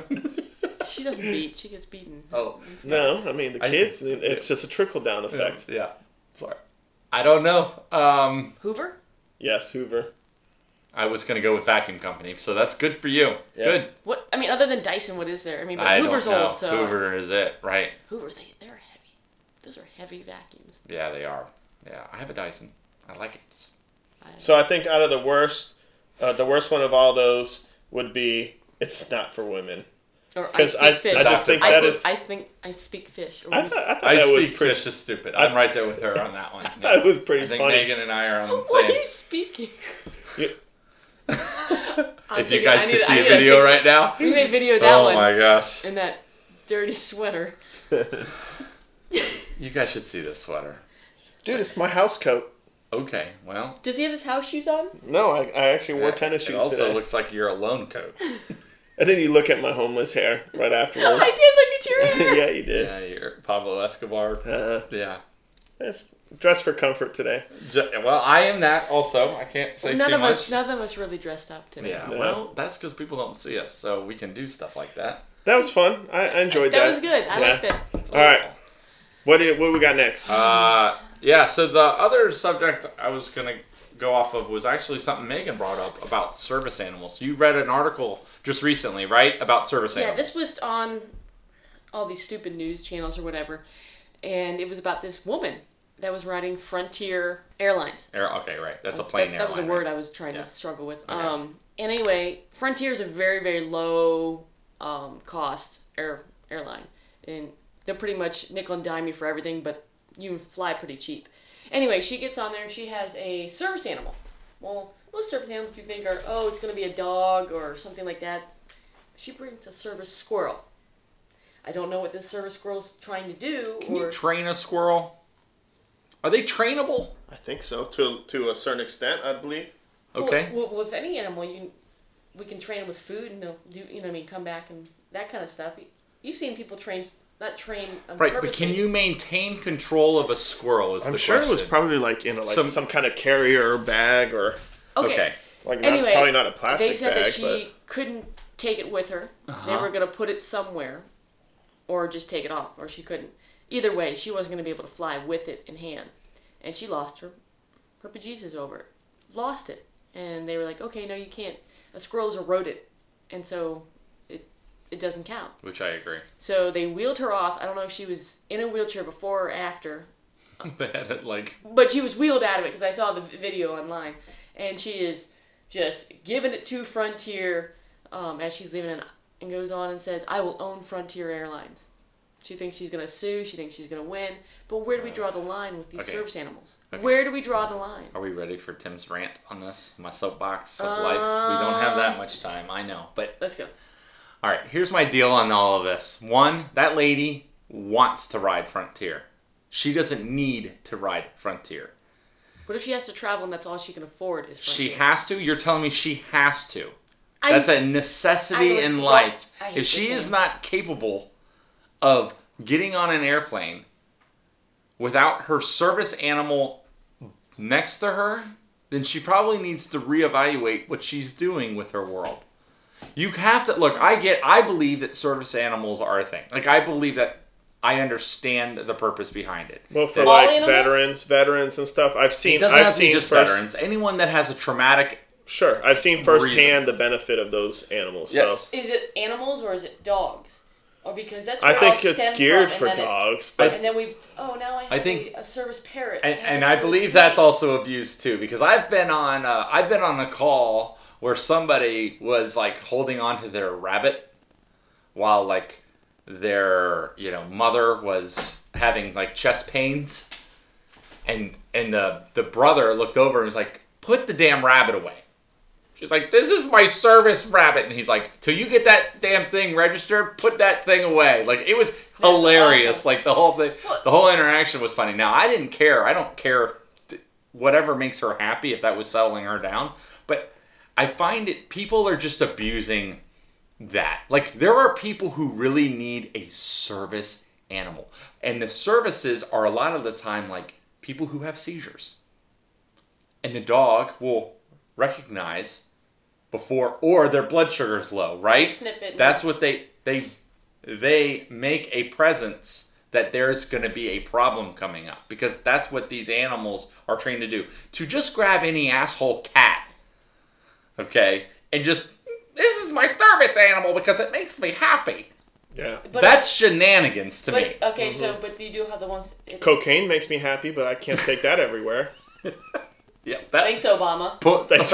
[SPEAKER 2] She doesn't beat. She gets beaten.
[SPEAKER 4] <laughs> oh,
[SPEAKER 1] No, I mean the
[SPEAKER 4] I-
[SPEAKER 1] kids. it's just a trickle down effect.
[SPEAKER 4] yeah. Sorry, I don't know. Um,
[SPEAKER 2] Hoover.
[SPEAKER 1] Yes, Hoover.
[SPEAKER 4] I was gonna go with vacuum company, so that's good for you.
[SPEAKER 1] Yeah.
[SPEAKER 4] Good.
[SPEAKER 2] What I mean, other than Dyson, what is there? I mean, but
[SPEAKER 4] I
[SPEAKER 2] Hoover's
[SPEAKER 4] don't know.
[SPEAKER 2] old, so
[SPEAKER 4] Hoover is it, right?
[SPEAKER 2] Hoover's they, they're heavy. Those are heavy vacuums.
[SPEAKER 4] Yeah, they are. Yeah, I have a Dyson. I like it.
[SPEAKER 1] So I think out of the worst, uh, the worst one of all those would be it's not for women.
[SPEAKER 2] Or I
[SPEAKER 1] 'Cause
[SPEAKER 2] speak
[SPEAKER 1] I,
[SPEAKER 2] fish.
[SPEAKER 1] I just think
[SPEAKER 2] I,
[SPEAKER 1] that
[SPEAKER 2] think-
[SPEAKER 1] is.
[SPEAKER 2] I think I speak fish. Or
[SPEAKER 1] I
[SPEAKER 2] we-
[SPEAKER 1] thought, I thought
[SPEAKER 4] I
[SPEAKER 1] that was
[SPEAKER 4] speak
[SPEAKER 1] pretty.
[SPEAKER 4] fish is stupid. I'm right there with her on
[SPEAKER 1] <laughs>
[SPEAKER 4] that one.
[SPEAKER 1] I thought it was pretty
[SPEAKER 4] I think
[SPEAKER 1] funny.
[SPEAKER 4] Megan and I are on
[SPEAKER 2] <laughs>
[SPEAKER 4] the
[SPEAKER 2] what are
[SPEAKER 4] same.
[SPEAKER 2] you speaking?
[SPEAKER 1] You-
[SPEAKER 2] I'm
[SPEAKER 4] If you
[SPEAKER 2] thinking, <laughs> I
[SPEAKER 4] guys
[SPEAKER 2] need
[SPEAKER 4] could
[SPEAKER 2] a-
[SPEAKER 4] see
[SPEAKER 2] I
[SPEAKER 4] a
[SPEAKER 2] need a
[SPEAKER 4] video
[SPEAKER 2] picture.
[SPEAKER 1] <laughs>
[SPEAKER 4] right now.
[SPEAKER 2] we may video that
[SPEAKER 4] Oh
[SPEAKER 2] one
[SPEAKER 4] my gosh.
[SPEAKER 2] in that dirty sweater.
[SPEAKER 4] You guys should see this sweater.
[SPEAKER 1] <laughs> Dude, it's my house coat.
[SPEAKER 4] Okay, well.
[SPEAKER 2] Does he have his house shoes on?
[SPEAKER 1] No, I, I actually wore tennis
[SPEAKER 4] It
[SPEAKER 1] shoes
[SPEAKER 4] also
[SPEAKER 1] today.
[SPEAKER 4] looks like you're a lone coat.
[SPEAKER 1] and then you look at my homeless hair right afterwards. <laughs>
[SPEAKER 2] <laughs> I did look at
[SPEAKER 4] <laughs>
[SPEAKER 2] your hair.
[SPEAKER 1] yeah, you did.
[SPEAKER 4] yeah, you're Pablo Escobar.
[SPEAKER 1] Uh,
[SPEAKER 4] Yeah.
[SPEAKER 1] it's dressed for comfort today.
[SPEAKER 4] Ju- Well, I am that also. I can't say
[SPEAKER 2] None
[SPEAKER 4] too
[SPEAKER 2] of
[SPEAKER 4] much.
[SPEAKER 2] us, none of us really dressed up today.
[SPEAKER 4] Yeah,
[SPEAKER 1] No.
[SPEAKER 4] well, that's because people don't see us, so we can do stuff like that.
[SPEAKER 1] That was fun. I, I enjoyed
[SPEAKER 2] that,
[SPEAKER 1] that.
[SPEAKER 2] was good. I
[SPEAKER 1] Yeah.
[SPEAKER 2] like that.
[SPEAKER 4] It's
[SPEAKER 1] All right.
[SPEAKER 4] awful.
[SPEAKER 1] What do you, what do we got next?
[SPEAKER 4] Uh, yeah, so the other subject I was going to go off of was actually something Megan brought up about service animals. You read an article just recently, right? About service
[SPEAKER 2] Yeah,
[SPEAKER 4] animals.
[SPEAKER 2] this was on all these stupid news channels or whatever, and it was about this woman that was riding Frontier Airlines.
[SPEAKER 4] Air- Er, okay, right. That's a
[SPEAKER 2] That-
[SPEAKER 4] plane
[SPEAKER 2] that, was a
[SPEAKER 4] airline,
[SPEAKER 2] word
[SPEAKER 4] right?
[SPEAKER 2] I was trying
[SPEAKER 4] Yeah.
[SPEAKER 2] to struggle with.
[SPEAKER 4] Okay.
[SPEAKER 2] Um, and anyway, Frontier is a very very low um, cost air airline, and they're pretty much nickel and dime you for everything, but you fly pretty cheap. Anyway, she gets on there and she has a service animal. Well, most service animals you think are oh it's gonna be a dog or something like that. She brings a service squirrel. I don't know what this service squirrel's trying to do.
[SPEAKER 4] Can
[SPEAKER 2] or
[SPEAKER 4] you train a squirrel? Are they trainable?
[SPEAKER 1] I think so to to a certain extent, I believe.
[SPEAKER 4] Okay.
[SPEAKER 2] Well, well, with any animal, you we can train them with food and they'll do. You know, what I mean, come back and that kind of stuff. You've seen people train, not train. um, On
[SPEAKER 4] Right, but
[SPEAKER 2] purpose,
[SPEAKER 4] can you maintain control of a squirrel? Is
[SPEAKER 1] I'm
[SPEAKER 4] the
[SPEAKER 1] sure
[SPEAKER 4] question.
[SPEAKER 1] it was probably like in a, like
[SPEAKER 4] Some-
[SPEAKER 1] some, kind of carrier or bag or
[SPEAKER 2] Okay.
[SPEAKER 4] okay.
[SPEAKER 1] like not,
[SPEAKER 2] Anyway,
[SPEAKER 1] probably not a plastic
[SPEAKER 2] They said
[SPEAKER 1] bag,
[SPEAKER 2] that she couldn't take it with her. They
[SPEAKER 4] Uh-huh.
[SPEAKER 2] were going to put it somewhere, or just take it off, or she couldn't. Either way, she wasn't going to be able to fly with it in hand, and she lost her her bejesus over it. Lost it, and they were like, "Okay, no, you can't. A squirrel is a rodent, and so it it doesn't count."
[SPEAKER 4] Which I agree. <laughs>
[SPEAKER 2] So they wheeled her off. I don't know if she was in a wheelchair before or after,
[SPEAKER 4] they had it like
[SPEAKER 2] but she was wheeled out of it because I saw the v- video online, and she is just giving it to Frontier um, as she's leaving, and, and goes on and says, "I will own Frontier Airlines." She thinks she's gonna sue. She thinks she's gonna win. But where do we draw the line with these
[SPEAKER 4] Uh, Okay.
[SPEAKER 2] service animals?
[SPEAKER 4] Okay.
[SPEAKER 2] Where do we draw the line?
[SPEAKER 4] Are we ready for Tim's rant on this? My soapbox of life. We don't have that much time, I know. But
[SPEAKER 2] Let's go.
[SPEAKER 4] all right, here's my deal on all of this. One, that lady wants to ride Frontier. She doesn't need to ride Frontier.
[SPEAKER 2] What if she has to travel and that's all she can afford is Frontier?
[SPEAKER 4] She has to. You're telling me she has to.
[SPEAKER 2] I-
[SPEAKER 4] That's a
[SPEAKER 2] I
[SPEAKER 4] necessity
[SPEAKER 2] would-
[SPEAKER 4] in life.
[SPEAKER 2] I hate
[SPEAKER 4] If she
[SPEAKER 2] this
[SPEAKER 4] is
[SPEAKER 2] game.
[SPEAKER 4] not capable of getting on an airplane without her service animal next to her, then she probably needs to reevaluate what she's doing with her world. You have to look, I get I believe that service animals are a thing. Like I believe that I understand the purpose behind it.
[SPEAKER 1] Well, for
[SPEAKER 4] That-
[SPEAKER 1] like
[SPEAKER 2] animals?
[SPEAKER 1] veterans, veterans and stuff, I've seen.
[SPEAKER 4] it doesn't
[SPEAKER 1] I've
[SPEAKER 4] have to
[SPEAKER 1] seen
[SPEAKER 4] be just
[SPEAKER 1] first-
[SPEAKER 4] veterans. Anyone that has a traumatic
[SPEAKER 1] Sure, I've seen firsthand the benefit of those animals.
[SPEAKER 4] Yes.
[SPEAKER 1] So
[SPEAKER 2] Is it animals or is it dogs? Or because that's
[SPEAKER 1] I
[SPEAKER 2] where it all
[SPEAKER 1] think
[SPEAKER 2] stemmed
[SPEAKER 1] it's geared
[SPEAKER 2] from,
[SPEAKER 1] for
[SPEAKER 2] and then it's-
[SPEAKER 1] dogs,
[SPEAKER 4] I-
[SPEAKER 1] but
[SPEAKER 2] And then we've oh now I have
[SPEAKER 4] I think-
[SPEAKER 2] a, a service parrot
[SPEAKER 4] and,
[SPEAKER 2] have a
[SPEAKER 4] and I
[SPEAKER 2] service
[SPEAKER 4] believe that's
[SPEAKER 2] snake.
[SPEAKER 4] also abuse too, because I've been on uh, I've been on a call where somebody was like holding on to their rabbit while like their you know mother was having like chest pains, and and the the brother looked over and was like, "Put the damn rabbit away." She's like, "This is my service rabbit," and he's like, "Till you get that damn thing registered, put that thing away." Like it was hilarious.
[SPEAKER 2] awesome.
[SPEAKER 4] Like the whole thing, the whole interaction was funny. Now I didn't care. I don't care if th- whatever makes her happy, if that was settling her down. But I find it people are just abusing that. Like there are people who really need a service animal, and the services are a lot of the time like people who have seizures and the dog will recognize before or their blood sugar's low, right?
[SPEAKER 2] Snip it.
[SPEAKER 4] That's what they they they make a presence that there's going to be a problem coming up because that's what these animals are trained to do. To just grab any asshole cat, okay, and just this is my service animal because it makes me happy.
[SPEAKER 1] yeah.
[SPEAKER 2] But-
[SPEAKER 4] that's shenanigans to me.
[SPEAKER 2] But okay, so
[SPEAKER 1] Mm-hmm.
[SPEAKER 2] but you do have the ones. It,
[SPEAKER 1] Cocaine makes me happy, but I can't take that everywhere.
[SPEAKER 4] yeah, that,
[SPEAKER 2] thanks, Obama.
[SPEAKER 4] put,
[SPEAKER 1] Thanks.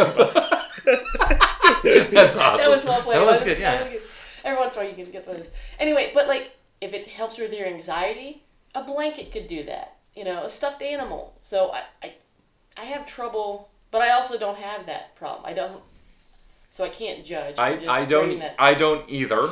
[SPEAKER 4] that's awesome.
[SPEAKER 2] That was well played.
[SPEAKER 4] That was good. Yeah.
[SPEAKER 2] That was good. Every once in a while "Oh, you can get through this. Anyway, but like if it helps with your anxiety, a blanket could do that. You know, a stuffed animal. So I, I, I have trouble, but I also don't have that problem. I don't. So I can't judge. I'm
[SPEAKER 4] I,
[SPEAKER 2] just
[SPEAKER 4] I
[SPEAKER 2] bringing
[SPEAKER 4] don't
[SPEAKER 2] That.
[SPEAKER 4] I don't either,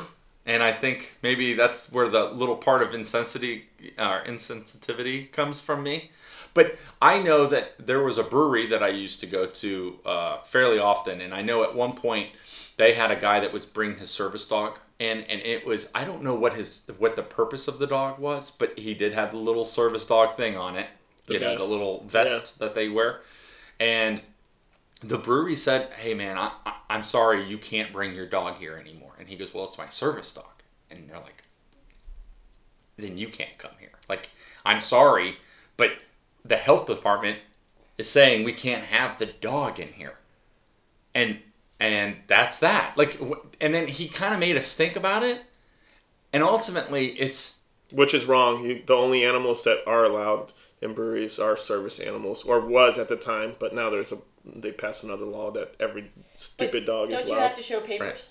[SPEAKER 4] and I think maybe that's where the little part of insensitivity uh, insensitivity comes from me. But I know that there was a brewery that I used to go to uh, fairly often, and I know at one point they had a guy that would bring his service dog, and and it was I don't know what his what the purpose of the dog was, but he did have the little service dog thing on it, you know, the
[SPEAKER 1] vest.
[SPEAKER 4] little vest that they wear, and the brewery said, "Hey man, I, I, I'm sorry, you can't bring your dog here anymore." And he goes, "Well, it's my service dog." And they're like, "Then you can't come here." Like, I'm sorry, but the health department is saying we can't have the dog in here, and and that's that. Like, wh- and then he kind of made us think about it, and ultimately, it's
[SPEAKER 1] Which is wrong. You, the only animals that are allowed in breweries are service animals, or was at the time, but now there's a they passed another law that every stupid dog is
[SPEAKER 2] Don't you
[SPEAKER 1] allowed.
[SPEAKER 2] have to show papers?
[SPEAKER 4] Right.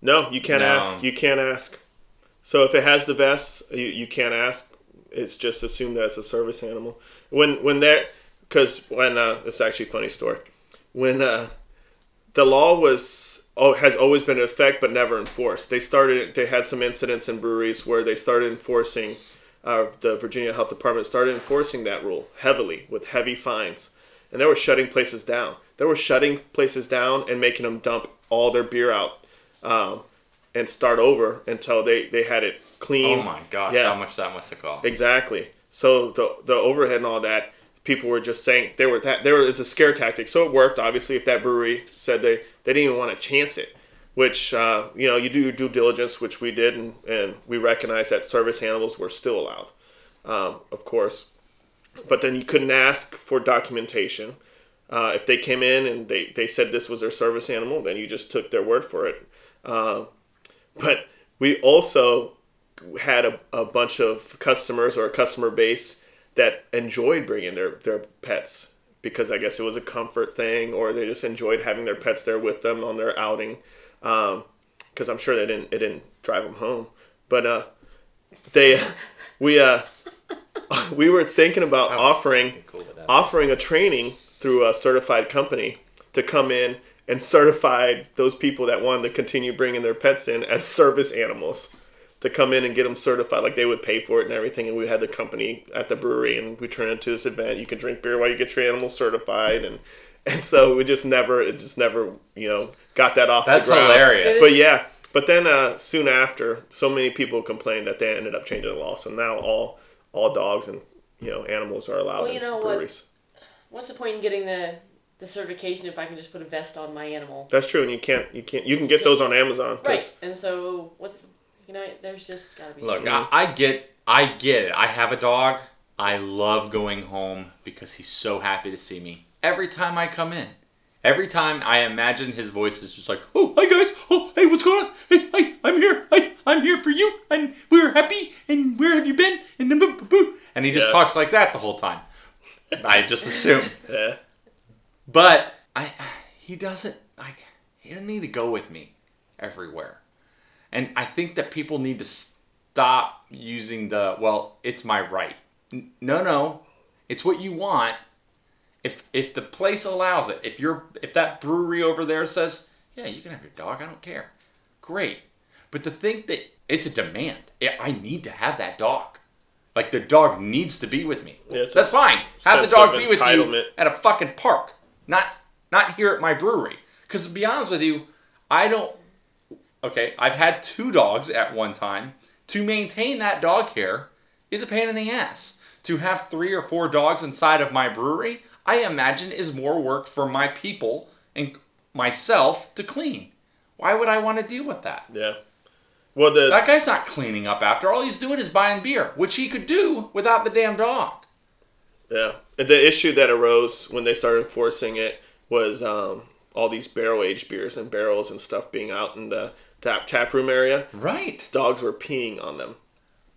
[SPEAKER 1] No, you can't
[SPEAKER 4] No.
[SPEAKER 1] ask. You can't ask. So if it has the vest, you, you can't ask. It's just assumed that it's a service animal. When when that because when uh, it's actually a funny story. When uh, the law was oh, has always been in effect but never enforced. They started they had some incidents in breweries where they started enforcing uh, the Virginia Health Department started enforcing that rule heavily with heavy fines, and they were shutting places down. They were shutting places down and making them dump all their beer out um, and start over until they they had it clean.
[SPEAKER 4] Oh my gosh,
[SPEAKER 1] Yeah.
[SPEAKER 4] how much that must have cost.
[SPEAKER 1] Exactly. So the the overhead and all that, people were just saying they were that there was a scare tactic. So it worked. Obviously, if that brewery said they they didn't even want to chance it, which uh, you know you do your due diligence, which we did, and, and we recognized that service animals were still allowed, um, of course. But then you couldn't ask for documentation. Uh, if they came in and they, they said this was their service animal, then you just took their word for it. Uh, but we also had a, a bunch of customers or a customer base that enjoyed bringing their, their pets because I guess it was a comfort thing or they just enjoyed having their pets there with them on their outing. Because I'm sure they didn't it didn't drive them home, but uh, they we uh, <laughs> we were thinking about offering
[SPEAKER 4] cool would that be?
[SPEAKER 1] offering a training through a certified company to come in and certify those people that wanted to continue bringing their pets in as service animals to come in and get them certified. Like they would pay for it and everything. And we had the company at the brewery, and we turned it into this event. You can drink beer while you get your animals certified, and and so we just never, it just never, you know, got that off.
[SPEAKER 4] That's
[SPEAKER 1] the ground.
[SPEAKER 4] hilarious.
[SPEAKER 1] But yeah, but then uh, soon after, so many people complained that they ended up changing the law. So now all all dogs and you know animals are allowed
[SPEAKER 2] Well, you
[SPEAKER 1] in
[SPEAKER 2] know what?
[SPEAKER 1] breweries.
[SPEAKER 2] What's the point in getting the the certification if I can just put a vest on my animal?
[SPEAKER 1] That's true, and you can't, you can't, you can get those on Amazon. 'cause-
[SPEAKER 2] Right. And so what's the, you know there's just gotta be.
[SPEAKER 4] Look,
[SPEAKER 2] some-
[SPEAKER 4] I, I get, I get it. I have a dog. I love going home because he's so happy to see me every time I come in. Every time I imagine his voice is just like, "Oh, hi guys. Oh, hey, what's going on? Hey, hey I'm here. Hey, I'm here for you. And we're happy. And where have you been? And then boo, boo, boo." and he just
[SPEAKER 1] Yeah.
[SPEAKER 4] talks like that the whole time. I just assume.
[SPEAKER 1] Yeah.
[SPEAKER 4] But I, he doesn't like. He doesn't need to go with me everywhere, and I think that people need to stop using the well. It's my right. N- No, no, it's what you want. If if the place allows it, if you're if that brewery over there says, yeah, you can have your dog. I don't care. Great, but to think that it's a demand. I- I need to have that dog. Like the dog needs to be with me.
[SPEAKER 1] Yeah, it's a
[SPEAKER 4] That's fine. Have the
[SPEAKER 1] sense of
[SPEAKER 4] dog be with you
[SPEAKER 1] entitlement.
[SPEAKER 4] at a fucking park, not not here at my brewery. Because to be honest with you, I don't. Okay, I've had two dogs at one time. To maintain that dog care is a pain in the ass. To have three or four dogs inside of my brewery, I imagine is more work for my people and myself to clean. Why would I want to deal with that?
[SPEAKER 1] Yeah. Well, the
[SPEAKER 4] That guy's not cleaning up after. All he's doing is buying beer, which he could do without the damn dog.
[SPEAKER 1] yeah the issue that arose when they started enforcing it was um, all these barrel aged beers and barrels and stuff being out in the tap tap room area.
[SPEAKER 4] Right.
[SPEAKER 1] Dogs were peeing on them.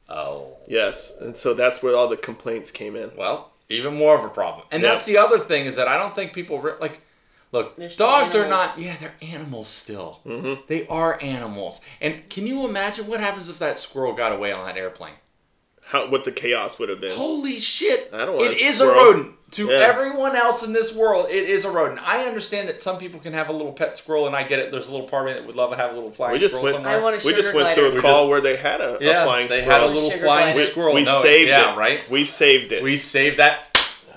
[SPEAKER 4] Oh.
[SPEAKER 1] Yes, and so that's where all the complaints came in.
[SPEAKER 4] Well, even more of a problem. And
[SPEAKER 1] Yeah.
[SPEAKER 4] that's the other thing is that I don't think people re- like. Look,
[SPEAKER 2] They're still
[SPEAKER 4] dogs are
[SPEAKER 2] animals.
[SPEAKER 4] not. Yeah, they're animals still.
[SPEAKER 1] Mm-hmm.
[SPEAKER 4] They are animals. And can you imagine what happens if that squirrel got away on that airplane?
[SPEAKER 1] How what the chaos would have been.
[SPEAKER 4] Holy shit!
[SPEAKER 1] I don't want
[SPEAKER 4] It
[SPEAKER 1] a
[SPEAKER 4] is
[SPEAKER 1] squirrel.
[SPEAKER 4] a rodent. To
[SPEAKER 1] Yeah.
[SPEAKER 4] everyone else in this world, it is a rodent. I understand that some people can have a little pet squirrel, and I get it. There's a little part of me that would love to have a little flying
[SPEAKER 1] We just
[SPEAKER 4] squirrel
[SPEAKER 1] went-
[SPEAKER 4] somewhere.
[SPEAKER 2] I want a
[SPEAKER 1] We
[SPEAKER 2] sugar
[SPEAKER 1] just went
[SPEAKER 2] glider.
[SPEAKER 1] to a call
[SPEAKER 4] just-
[SPEAKER 1] where they had a,
[SPEAKER 4] yeah,
[SPEAKER 1] a flying
[SPEAKER 4] they
[SPEAKER 1] squirrel.
[SPEAKER 4] had a little
[SPEAKER 2] Sugar
[SPEAKER 4] flying
[SPEAKER 2] glider.
[SPEAKER 4] squirrel.
[SPEAKER 1] we
[SPEAKER 4] No,
[SPEAKER 1] saved
[SPEAKER 4] yeah,
[SPEAKER 1] it.
[SPEAKER 4] right.
[SPEAKER 1] We saved it.
[SPEAKER 4] We saved that.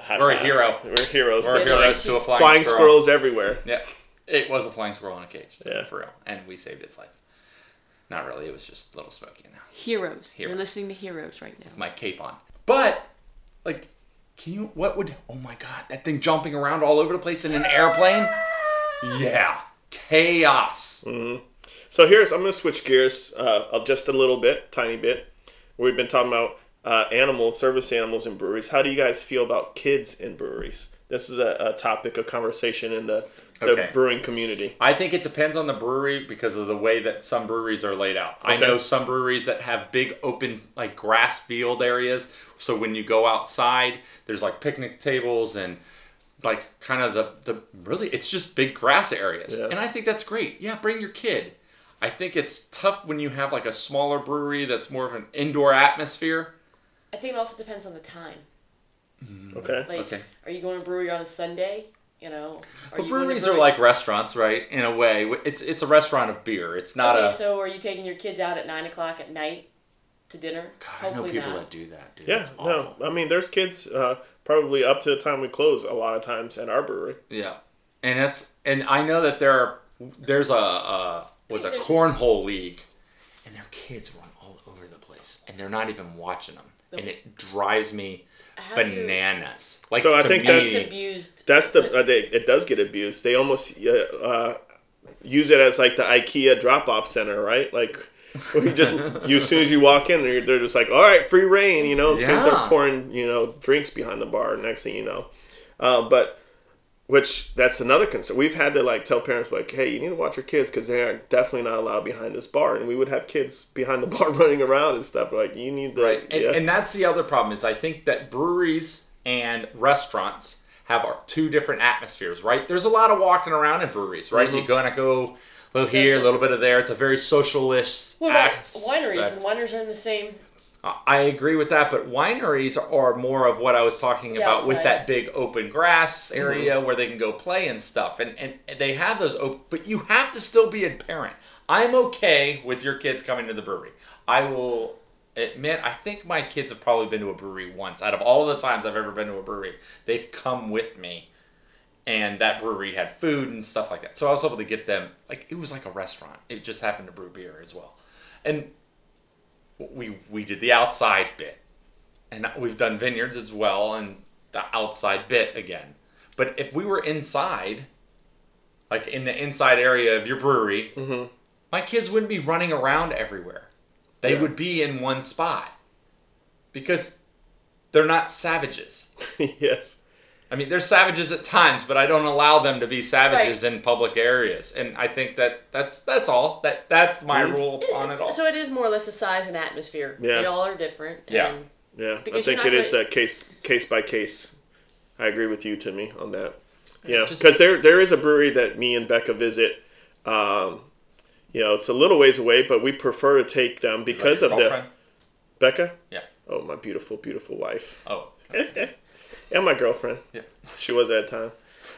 [SPEAKER 1] High
[SPEAKER 4] We're a
[SPEAKER 1] five.
[SPEAKER 4] hero.
[SPEAKER 1] We're heroes.
[SPEAKER 4] Or if
[SPEAKER 1] They're
[SPEAKER 4] you're
[SPEAKER 1] like
[SPEAKER 4] raised to a flying,
[SPEAKER 1] flying
[SPEAKER 4] squirrel.
[SPEAKER 1] squirrels everywhere.
[SPEAKER 4] Yeah, it was a flying squirrel in a cage.
[SPEAKER 1] Yeah.
[SPEAKER 4] for real, and we saved its life. Not really. It was just a little smoky now.
[SPEAKER 2] Heroes. You're
[SPEAKER 4] Heroes.
[SPEAKER 2] listening to heroes right now.
[SPEAKER 4] My cape on, but like, can you? What would? Oh my god, that thing jumping around all over the place in an airplane. Yeah, chaos.
[SPEAKER 1] So here's I'm gonna switch gears uh, of just a little bit, tiny bit. We've been talking about uh, animals, service animals in breweries. How do you guys feel about kids in breweries? This is a, a topic of conversation in the, the
[SPEAKER 4] Okay.
[SPEAKER 1] brewing community.
[SPEAKER 4] I think it depends on the brewery because of the way that some breweries are laid out. I
[SPEAKER 1] Okay.
[SPEAKER 4] know some breweries that have big open like grass field areas, so when you go outside, there's like picnic tables and like kind of the the really it's just big grass areas.
[SPEAKER 1] Yeah.
[SPEAKER 4] And I think that's great. Yeah, bring your kid. I think it's tough when you have like a smaller brewery that's more of an indoor atmosphere.
[SPEAKER 2] I think it also depends on the time.
[SPEAKER 1] Okay.
[SPEAKER 2] Like,
[SPEAKER 4] Okay.
[SPEAKER 2] are you going to a brewery on a Sunday? you know. Are
[SPEAKER 4] But
[SPEAKER 2] you going to
[SPEAKER 4] breweries are
[SPEAKER 2] brewery-
[SPEAKER 4] like restaurants, right? In a way, W- it's it's a restaurant of beer. It's not
[SPEAKER 2] okay,
[SPEAKER 4] a.
[SPEAKER 2] so are you taking your kids out at nine o'clock at night to dinner?
[SPEAKER 4] God, I know people that do that, dude.
[SPEAKER 1] Yeah,
[SPEAKER 4] It's
[SPEAKER 1] no.
[SPEAKER 4] awful.
[SPEAKER 1] I mean, there's kids uh, probably up to the time we close a lot of times at our brewery.
[SPEAKER 4] Yeah, and that's and I know that there are there's a, a was a
[SPEAKER 2] think there's-
[SPEAKER 4] cornhole league, and their kids run all over the place, and they're not even watching them, and it drives me
[SPEAKER 2] How do you-
[SPEAKER 4] bananas. Like
[SPEAKER 1] So I
[SPEAKER 4] to
[SPEAKER 1] think
[SPEAKER 4] me,
[SPEAKER 1] that's-
[SPEAKER 2] It's abused.
[SPEAKER 1] That's the uh, they, it does get abused. They almost uh, uh, use it as like the IKEA drop off center, right? Like you
[SPEAKER 4] <laughs>
[SPEAKER 1] just you, as soon as you walk in, they're, they're just like, all right, free reign. You know, kids
[SPEAKER 4] Yeah.
[SPEAKER 1] are pouring you know drinks behind the bar. Next thing you know, uh, but which that's another concern. We've had to like tell parents like, hey, you need to watch your kids because they are definitely not allowed behind this bar, and we would have kids behind the <laughs> bar running around and stuff. Like you need to
[SPEAKER 4] right, and,
[SPEAKER 1] yeah.
[SPEAKER 4] and that's the other problem is I think that breweries and restaurants have our two different atmospheres, right? There's a lot of walking around in breweries, right?
[SPEAKER 2] Mm-hmm.
[SPEAKER 4] You're gonna go. A little here, a
[SPEAKER 2] Social.
[SPEAKER 4] little bit of there. It's a very socialist.
[SPEAKER 2] What about
[SPEAKER 4] aspect.
[SPEAKER 2] wineries? And wineries are in the same.
[SPEAKER 4] I agree with that, but wineries are more of what I was talking
[SPEAKER 2] Yeah,
[SPEAKER 4] about with
[SPEAKER 2] outside.
[SPEAKER 4] that big open grass area where they can go play and stuff. And, and they have those, op- but you have to still be a parent. I'm okay with your kids coming to the brewery. I will admit, I think my kids have probably been to a brewery once. Out of all the times I've ever been to a brewery, they've come with me. And that brewery had food and stuff like that. So I was able to get them, like, it was like a restaurant. It just happened to brew beer as well. And we we did the outside bit, and we've done vineyards as well, and the outside bit again. But if we were inside, like in the inside area of your brewery,
[SPEAKER 1] Mm-hmm.
[SPEAKER 4] my kids wouldn't be running around everywhere. They
[SPEAKER 1] Yeah.
[SPEAKER 4] would be in one spot because they're not savages.
[SPEAKER 1] <laughs> yes.
[SPEAKER 4] I mean, they're savages at times, but I don't allow them to be savages in public areas. And I think that that's that's all. That that's my
[SPEAKER 1] Mhm.
[SPEAKER 4] rule on it all.
[SPEAKER 2] So it is more or less the size and atmosphere.
[SPEAKER 1] Yeah.
[SPEAKER 2] They all are different.
[SPEAKER 4] Yeah.
[SPEAKER 2] And
[SPEAKER 1] Yeah,
[SPEAKER 2] Because
[SPEAKER 1] I
[SPEAKER 2] you're
[SPEAKER 1] think
[SPEAKER 2] not
[SPEAKER 1] it is
[SPEAKER 2] gonna-
[SPEAKER 1] uh, case case by case. I agree with you, Timmy, on that. Yeah,
[SPEAKER 4] just-
[SPEAKER 1] because there there is a brewery that me and Becca visit. Um, you know, it's a little ways away, but we prefer to take them because
[SPEAKER 4] Like
[SPEAKER 1] of
[SPEAKER 4] your
[SPEAKER 1] the
[SPEAKER 4] girlfriend?
[SPEAKER 1] Becca.
[SPEAKER 4] Yeah.
[SPEAKER 1] Oh, my beautiful, beautiful wife <laughs>
[SPEAKER 4] Oh.
[SPEAKER 1] and my girlfriend.
[SPEAKER 4] Yeah.
[SPEAKER 1] She was at that time,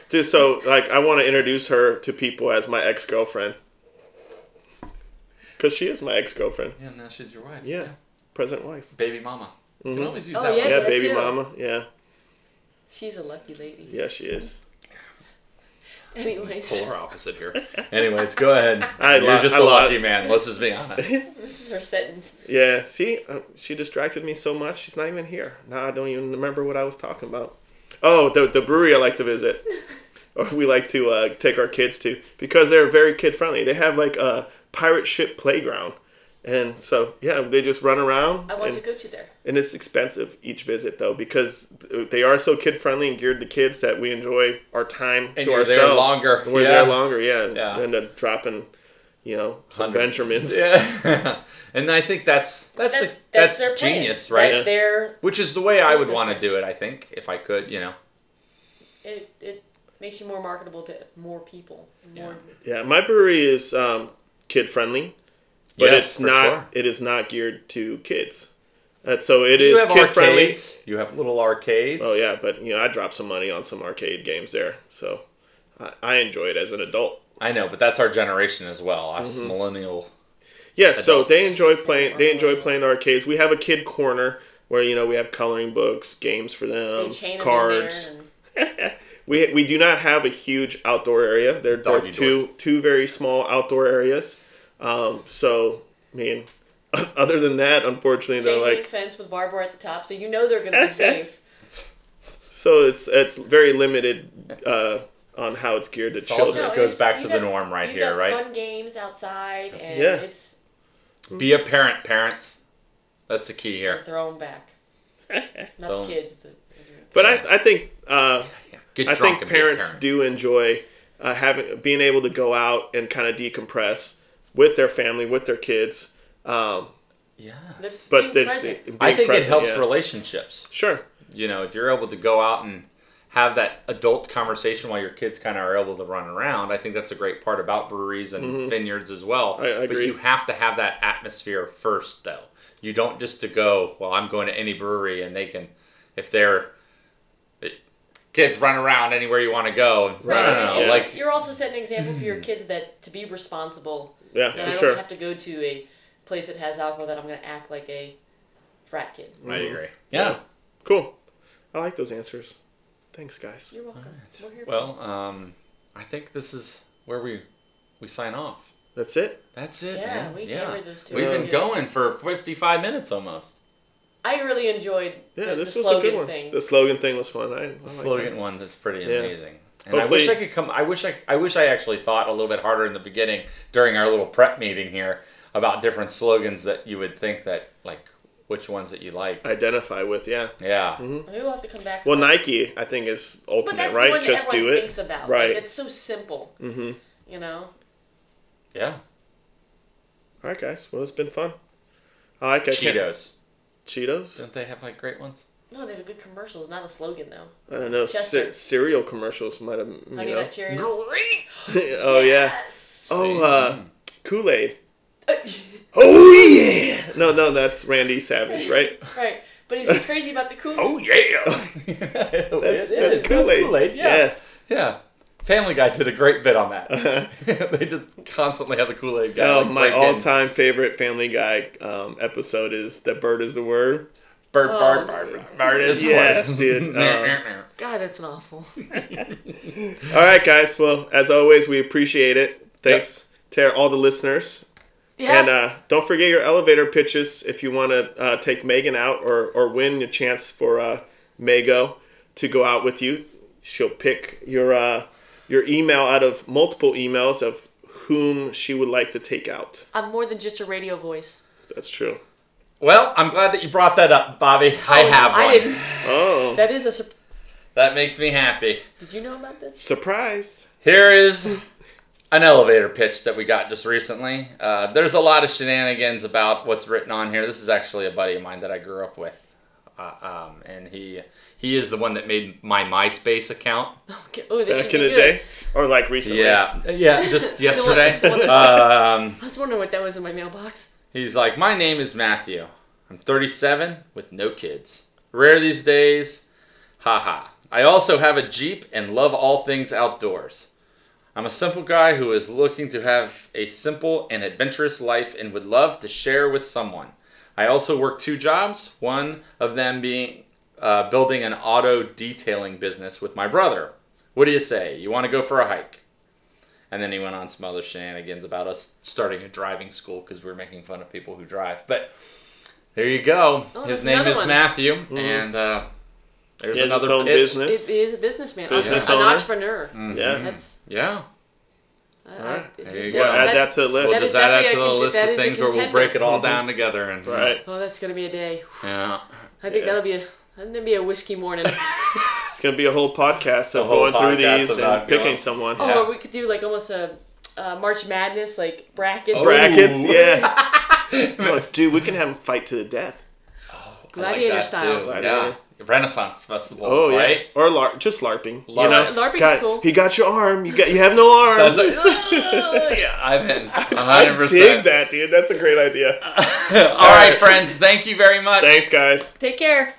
[SPEAKER 1] dude. So like, I want to introduce her to people as my ex girlfriend, because she is my ex girlfriend.
[SPEAKER 4] Yeah, now she's your wife.
[SPEAKER 1] Yeah, Mm-hmm. present wife.
[SPEAKER 4] Baby mama. You can always use
[SPEAKER 2] Oh,
[SPEAKER 4] that
[SPEAKER 2] yeah.
[SPEAKER 4] one.
[SPEAKER 1] Yeah,
[SPEAKER 2] that
[SPEAKER 1] baby
[SPEAKER 2] too.
[SPEAKER 1] mama. Yeah,
[SPEAKER 2] She's a lucky
[SPEAKER 1] <laughs>
[SPEAKER 2] lady.
[SPEAKER 1] yeah, she is.
[SPEAKER 2] Anyways,
[SPEAKER 4] Polar opposite here. Anyways, go ahead.
[SPEAKER 1] <laughs> I
[SPEAKER 4] You're
[SPEAKER 1] li-
[SPEAKER 4] just
[SPEAKER 1] I
[SPEAKER 4] a
[SPEAKER 1] li-
[SPEAKER 4] lucky man. Let's just
[SPEAKER 1] <laughs>
[SPEAKER 4] be honest.
[SPEAKER 2] this is her sentence.
[SPEAKER 1] Yeah, see, uh, she distracted me so much. She's not even here. Now I don't even remember what I was talking about. Oh, the, the brewery I like to
[SPEAKER 2] <laughs>
[SPEAKER 1] visit, or we like to uh, take our kids to because they're very kid friendly. They have like a pirate ship playground, and so yeah, they just run around.
[SPEAKER 2] I want
[SPEAKER 1] and,
[SPEAKER 2] to go to there.
[SPEAKER 1] and it's expensive each visit though because they are so kid friendly and geared to kids that we enjoy our time
[SPEAKER 4] And
[SPEAKER 1] to
[SPEAKER 4] you're
[SPEAKER 1] ourselves.
[SPEAKER 4] there longer.
[SPEAKER 1] And we're
[SPEAKER 4] Yeah.
[SPEAKER 1] there longer, yeah. And
[SPEAKER 4] Yeah.
[SPEAKER 1] End up dropping, you know, some
[SPEAKER 4] Hundred-
[SPEAKER 1] Benjamins.
[SPEAKER 4] Yeah. <laughs> and I think that's that's
[SPEAKER 2] That's
[SPEAKER 4] that's,
[SPEAKER 2] that's, their plan.
[SPEAKER 4] genius, right?
[SPEAKER 2] That's their.
[SPEAKER 4] Which is the way I
[SPEAKER 2] That's
[SPEAKER 4] would
[SPEAKER 2] their
[SPEAKER 4] want to
[SPEAKER 2] plan.
[SPEAKER 4] do it. I think if I could, you know.
[SPEAKER 2] It it makes you more marketable to more people. More.
[SPEAKER 1] Yeah, my brewery is um, kid friendly, but
[SPEAKER 4] Yes,
[SPEAKER 1] it's
[SPEAKER 4] for
[SPEAKER 1] not.
[SPEAKER 4] sure.
[SPEAKER 1] It is not geared to kids. Uh, so it
[SPEAKER 4] you
[SPEAKER 1] is
[SPEAKER 4] have
[SPEAKER 1] kid friendly.
[SPEAKER 4] arcades. You have little arcades.
[SPEAKER 1] Oh yeah, but you know I dropped some money on some arcade games there, so I, I enjoy it as an adult.
[SPEAKER 4] I know, but that's our generation as well. Us
[SPEAKER 1] Mm-hmm.
[SPEAKER 4] millennial.
[SPEAKER 1] Yeah, so they
[SPEAKER 4] Adults.
[SPEAKER 1] enjoy playing. They enjoy playing arcades. We have a kid corner where you know we have coloring books, games for them,
[SPEAKER 4] Um,
[SPEAKER 2] They chain them
[SPEAKER 1] cards.
[SPEAKER 2] in there. And,
[SPEAKER 1] We, we do not have a huge outdoor area. There, there are
[SPEAKER 4] Doggy
[SPEAKER 1] two two very small outdoor areas. Um, so I mean, <laughs> other than that, unfortunately,
[SPEAKER 2] chain
[SPEAKER 1] they're
[SPEAKER 2] link
[SPEAKER 1] like
[SPEAKER 2] fence with barbed wire at the top, so you know they're gonna be safe.
[SPEAKER 1] so it's it's very limited uh, on how it's geared to
[SPEAKER 4] all
[SPEAKER 1] children.
[SPEAKER 4] just
[SPEAKER 2] No,
[SPEAKER 4] goes
[SPEAKER 2] it's-
[SPEAKER 4] back
[SPEAKER 2] you
[SPEAKER 4] to the
[SPEAKER 2] got-
[SPEAKER 4] norm right
[SPEAKER 2] you
[SPEAKER 4] here,
[SPEAKER 2] got
[SPEAKER 4] right?
[SPEAKER 2] Fun games outside, and
[SPEAKER 1] Yeah.
[SPEAKER 2] it's
[SPEAKER 1] Mm-hmm.
[SPEAKER 4] Be a parent, parents. That's the key here.
[SPEAKER 2] thrown
[SPEAKER 4] <laughs>
[SPEAKER 2] back. Not
[SPEAKER 4] Don't-
[SPEAKER 2] the kids. The,
[SPEAKER 1] But I I think uh,
[SPEAKER 4] Yeah. Get
[SPEAKER 1] I
[SPEAKER 4] drunk
[SPEAKER 1] think
[SPEAKER 4] and be a
[SPEAKER 1] parents
[SPEAKER 4] parent.
[SPEAKER 1] do enjoy uh, having being able to go out and kind of decompress with their family, with their kids. Um,
[SPEAKER 4] Yes.
[SPEAKER 2] the
[SPEAKER 1] but
[SPEAKER 2] being
[SPEAKER 1] this
[SPEAKER 2] present.
[SPEAKER 1] being
[SPEAKER 4] I think it
[SPEAKER 1] present,
[SPEAKER 4] helps
[SPEAKER 1] yeah.
[SPEAKER 4] relationships.
[SPEAKER 1] Sure.
[SPEAKER 4] you know, if you're able to go out and have that adult conversation while your kids kind of are able to run around, I think that's a great part about breweries and vineyards as well.
[SPEAKER 1] Mm-hmm. I- I
[SPEAKER 4] But
[SPEAKER 1] agree.
[SPEAKER 4] you have to have that atmosphere first, though. You don't just to go. Well, I'm going to any brewery, and they can, if they're eh, kids run around anywhere you want to go.
[SPEAKER 2] Right.
[SPEAKER 4] No, no, no.
[SPEAKER 1] Yeah.
[SPEAKER 4] Like
[SPEAKER 2] You're also setting an example
[SPEAKER 4] <laughs>
[SPEAKER 2] for your kids that to be responsible.
[SPEAKER 1] Yeah,
[SPEAKER 2] That
[SPEAKER 1] for
[SPEAKER 2] I don't
[SPEAKER 1] sure.
[SPEAKER 2] have to go to a place that has alcohol that I'm going to act like a frat kid.
[SPEAKER 1] Mm-hmm.
[SPEAKER 4] I agree. Yeah.
[SPEAKER 1] Cool. I like those answers. Thanks, guys.
[SPEAKER 2] You're welcome. We're here.
[SPEAKER 4] Well, um, I think this is where we we sign off.
[SPEAKER 1] That's it.
[SPEAKER 4] That's it.
[SPEAKER 2] Yeah,
[SPEAKER 4] man.
[SPEAKER 2] we
[SPEAKER 4] yeah.
[SPEAKER 2] hammered those two
[SPEAKER 4] We've
[SPEAKER 1] out.
[SPEAKER 4] been going for 55 minutes almost.
[SPEAKER 1] Oh
[SPEAKER 2] I really enjoyed
[SPEAKER 1] Yeah,
[SPEAKER 2] the,
[SPEAKER 1] this
[SPEAKER 2] the
[SPEAKER 1] was a
[SPEAKER 2] slogans
[SPEAKER 1] good one.
[SPEAKER 2] thing.
[SPEAKER 1] The slogan thing was fun. I, I
[SPEAKER 4] The
[SPEAKER 1] like
[SPEAKER 4] slogan one that's pretty
[SPEAKER 1] Yeah.
[SPEAKER 4] amazing. And I wish I
[SPEAKER 1] Hopefully-
[SPEAKER 4] could come. I wish I. I wish I actually thought a little bit harder in the beginning during our little prep meeting here about different slogans that you would think that like which ones that you like.
[SPEAKER 1] that. Identify with, yeah.
[SPEAKER 4] Yeah.
[SPEAKER 2] Maybe we'll have to come back.
[SPEAKER 1] Well,
[SPEAKER 2] to that.
[SPEAKER 1] Nike, I think, is ultimate,
[SPEAKER 2] but that's
[SPEAKER 1] right?
[SPEAKER 2] the one that
[SPEAKER 1] Just
[SPEAKER 2] everyone
[SPEAKER 1] do it.
[SPEAKER 2] thinks about.
[SPEAKER 1] Right.
[SPEAKER 2] Like, it's so simple.
[SPEAKER 1] mm-hmm.
[SPEAKER 2] You know.
[SPEAKER 4] Yeah.
[SPEAKER 1] All right, guys. Well, it's been fun. I like I can't-
[SPEAKER 4] Cheetos.
[SPEAKER 1] Cheetos.
[SPEAKER 4] Don't they have like great ones?
[SPEAKER 2] No, they have good commercials. Not a slogan though.
[SPEAKER 1] I don't know.
[SPEAKER 2] Chester.
[SPEAKER 1] Ce- cereal commercials might have, you
[SPEAKER 2] Honey
[SPEAKER 1] know.
[SPEAKER 2] Nut Cheerios.
[SPEAKER 1] <laughs> oh yeah.
[SPEAKER 2] Yes.
[SPEAKER 1] Oh, uh, Kool Aid.
[SPEAKER 2] <laughs> right.
[SPEAKER 1] Oh yeah. No, no, that's Randy Savage, right?
[SPEAKER 2] But he's crazy about the cool.
[SPEAKER 4] Oh <laughs> yeah. that's,
[SPEAKER 1] That's, that's Kool Aid.
[SPEAKER 4] Yeah. yeah. Family Guy did a great bit on
[SPEAKER 1] <laughs>
[SPEAKER 4] that. <laughs>
[SPEAKER 1] yeah.
[SPEAKER 4] they just constantly have the Kool Aid guy.
[SPEAKER 1] Oh,
[SPEAKER 4] like,
[SPEAKER 1] my
[SPEAKER 4] break in.
[SPEAKER 1] all-time favorite Family Guy um, episode is "The Bird Is the Word."
[SPEAKER 4] Bird,
[SPEAKER 2] Oh.
[SPEAKER 4] bird, bird, bird, bird is the
[SPEAKER 1] Yes,
[SPEAKER 4] word. <laughs>
[SPEAKER 1] dude. Uh,
[SPEAKER 2] God, that's an awful.
[SPEAKER 1] All right, guys. Well, as always, we appreciate it. Thanks to all the listeners,
[SPEAKER 2] Yeah.
[SPEAKER 1] and uh, don't forget your elevator pitches if you want to uh, take Megan out or or win a chance for uh, Mago to go out with you. She'll pick your uh, your email out of multiple emails of whom she would like to take out.
[SPEAKER 2] I'm more than just a radio voice.
[SPEAKER 1] That's true.
[SPEAKER 4] Well, I'm glad that you brought that up, Bobby. I
[SPEAKER 2] Oh,
[SPEAKER 4] have one.
[SPEAKER 2] I didn't.
[SPEAKER 1] Oh,
[SPEAKER 2] That is a. Sur-
[SPEAKER 4] That makes me happy.
[SPEAKER 2] Did you know about this? <laughs>
[SPEAKER 1] surprised.
[SPEAKER 4] Here is an elevator pitch that we got just recently. Uh, there's a lot of shenanigans about what's written on here. This is actually a buddy of mine that I grew up with, uh, um, and he he is the one that made my MySpace account.
[SPEAKER 2] Okay. Oh, this should
[SPEAKER 1] Back
[SPEAKER 2] be
[SPEAKER 1] in the
[SPEAKER 2] good.
[SPEAKER 1] day, or like recently.
[SPEAKER 4] Yeah,
[SPEAKER 2] <laughs>
[SPEAKER 4] yeah, just yesterday.
[SPEAKER 2] The one- the one
[SPEAKER 4] um,
[SPEAKER 2] I was wondering what that was in my mailbox.
[SPEAKER 4] He's like, My name is Matthew. I'm 37 with no kids. Rare these days. Haha. I also have a Jeep and love all things outdoors. I'm a simple guy who is looking to have a simple and adventurous life and would love to share with someone. I also work two jobs, one of them being uh, building an auto detailing business with my brother. What do you say? You want to go for a hike? And then he went on some other shenanigans about us starting a driving school because we were making fun of people who drive. But there you go.
[SPEAKER 2] Oh,
[SPEAKER 4] His
[SPEAKER 2] there's
[SPEAKER 4] name
[SPEAKER 2] another
[SPEAKER 4] is
[SPEAKER 2] one.
[SPEAKER 4] Matthew, and uh, there's
[SPEAKER 1] He has
[SPEAKER 4] another
[SPEAKER 1] Mm-hmm. his own
[SPEAKER 4] pitch.
[SPEAKER 1] business.
[SPEAKER 2] It is a businessman.
[SPEAKER 1] Business
[SPEAKER 2] an
[SPEAKER 1] owner?
[SPEAKER 2] entrepreneur.
[SPEAKER 1] Yeah.
[SPEAKER 2] That's.
[SPEAKER 4] Mm-hmm. Yeah,
[SPEAKER 2] Uh,
[SPEAKER 1] Alright.
[SPEAKER 4] Mm. There you
[SPEAKER 2] that-
[SPEAKER 4] go. Add
[SPEAKER 1] Add that
[SPEAKER 2] that's-
[SPEAKER 1] to the list.
[SPEAKER 4] we'll
[SPEAKER 2] That is
[SPEAKER 4] just add that to
[SPEAKER 2] definitely
[SPEAKER 4] the
[SPEAKER 2] a cont-
[SPEAKER 4] list
[SPEAKER 2] that
[SPEAKER 4] of
[SPEAKER 2] is a
[SPEAKER 4] things where we'll
[SPEAKER 2] contender.
[SPEAKER 4] break it all down together and
[SPEAKER 1] Mm-hmm. Right.
[SPEAKER 2] Oh, that's gonna be a day.
[SPEAKER 4] Yeah.
[SPEAKER 2] I think
[SPEAKER 1] Yeah.
[SPEAKER 2] that'll be a. That's gonna be a whiskey
[SPEAKER 4] <laughs>
[SPEAKER 2] morning.
[SPEAKER 1] It's gonna be a whole podcast
[SPEAKER 4] A
[SPEAKER 1] of
[SPEAKER 4] whole
[SPEAKER 1] going through
[SPEAKER 4] podcast
[SPEAKER 1] these
[SPEAKER 4] about
[SPEAKER 1] and picking
[SPEAKER 4] going-
[SPEAKER 1] someone.
[SPEAKER 2] Oh,
[SPEAKER 4] Yeah.
[SPEAKER 2] or we could do like almost a uh, March Madness like brackets.
[SPEAKER 4] Oh. Bracket-
[SPEAKER 1] Brackets,
[SPEAKER 4] Ooh.
[SPEAKER 1] yeah.
[SPEAKER 4] <laughs>
[SPEAKER 1] Look, dude, we can have them fight to the death.
[SPEAKER 4] I
[SPEAKER 2] Gladiator
[SPEAKER 4] like that,
[SPEAKER 2] style.
[SPEAKER 4] too.
[SPEAKER 1] Gladiator.
[SPEAKER 4] Yeah. Renaissance Festival.
[SPEAKER 1] Oh yeah,
[SPEAKER 4] Right?
[SPEAKER 1] or lar- just larping.
[SPEAKER 4] Lar-
[SPEAKER 1] you know,
[SPEAKER 2] Larping's
[SPEAKER 1] God,
[SPEAKER 2] cool.
[SPEAKER 1] He got your arm. You got you have no arm.
[SPEAKER 4] <laughs> That's
[SPEAKER 1] <laughs>
[SPEAKER 4] a- <laughs> yeah, I'm in. 100%.
[SPEAKER 1] I dig
[SPEAKER 4] <laughs>
[SPEAKER 1] that, dude. That's a great idea.
[SPEAKER 4] All right, friends. Thank you very much.
[SPEAKER 1] Thanks, guys.
[SPEAKER 2] Take care.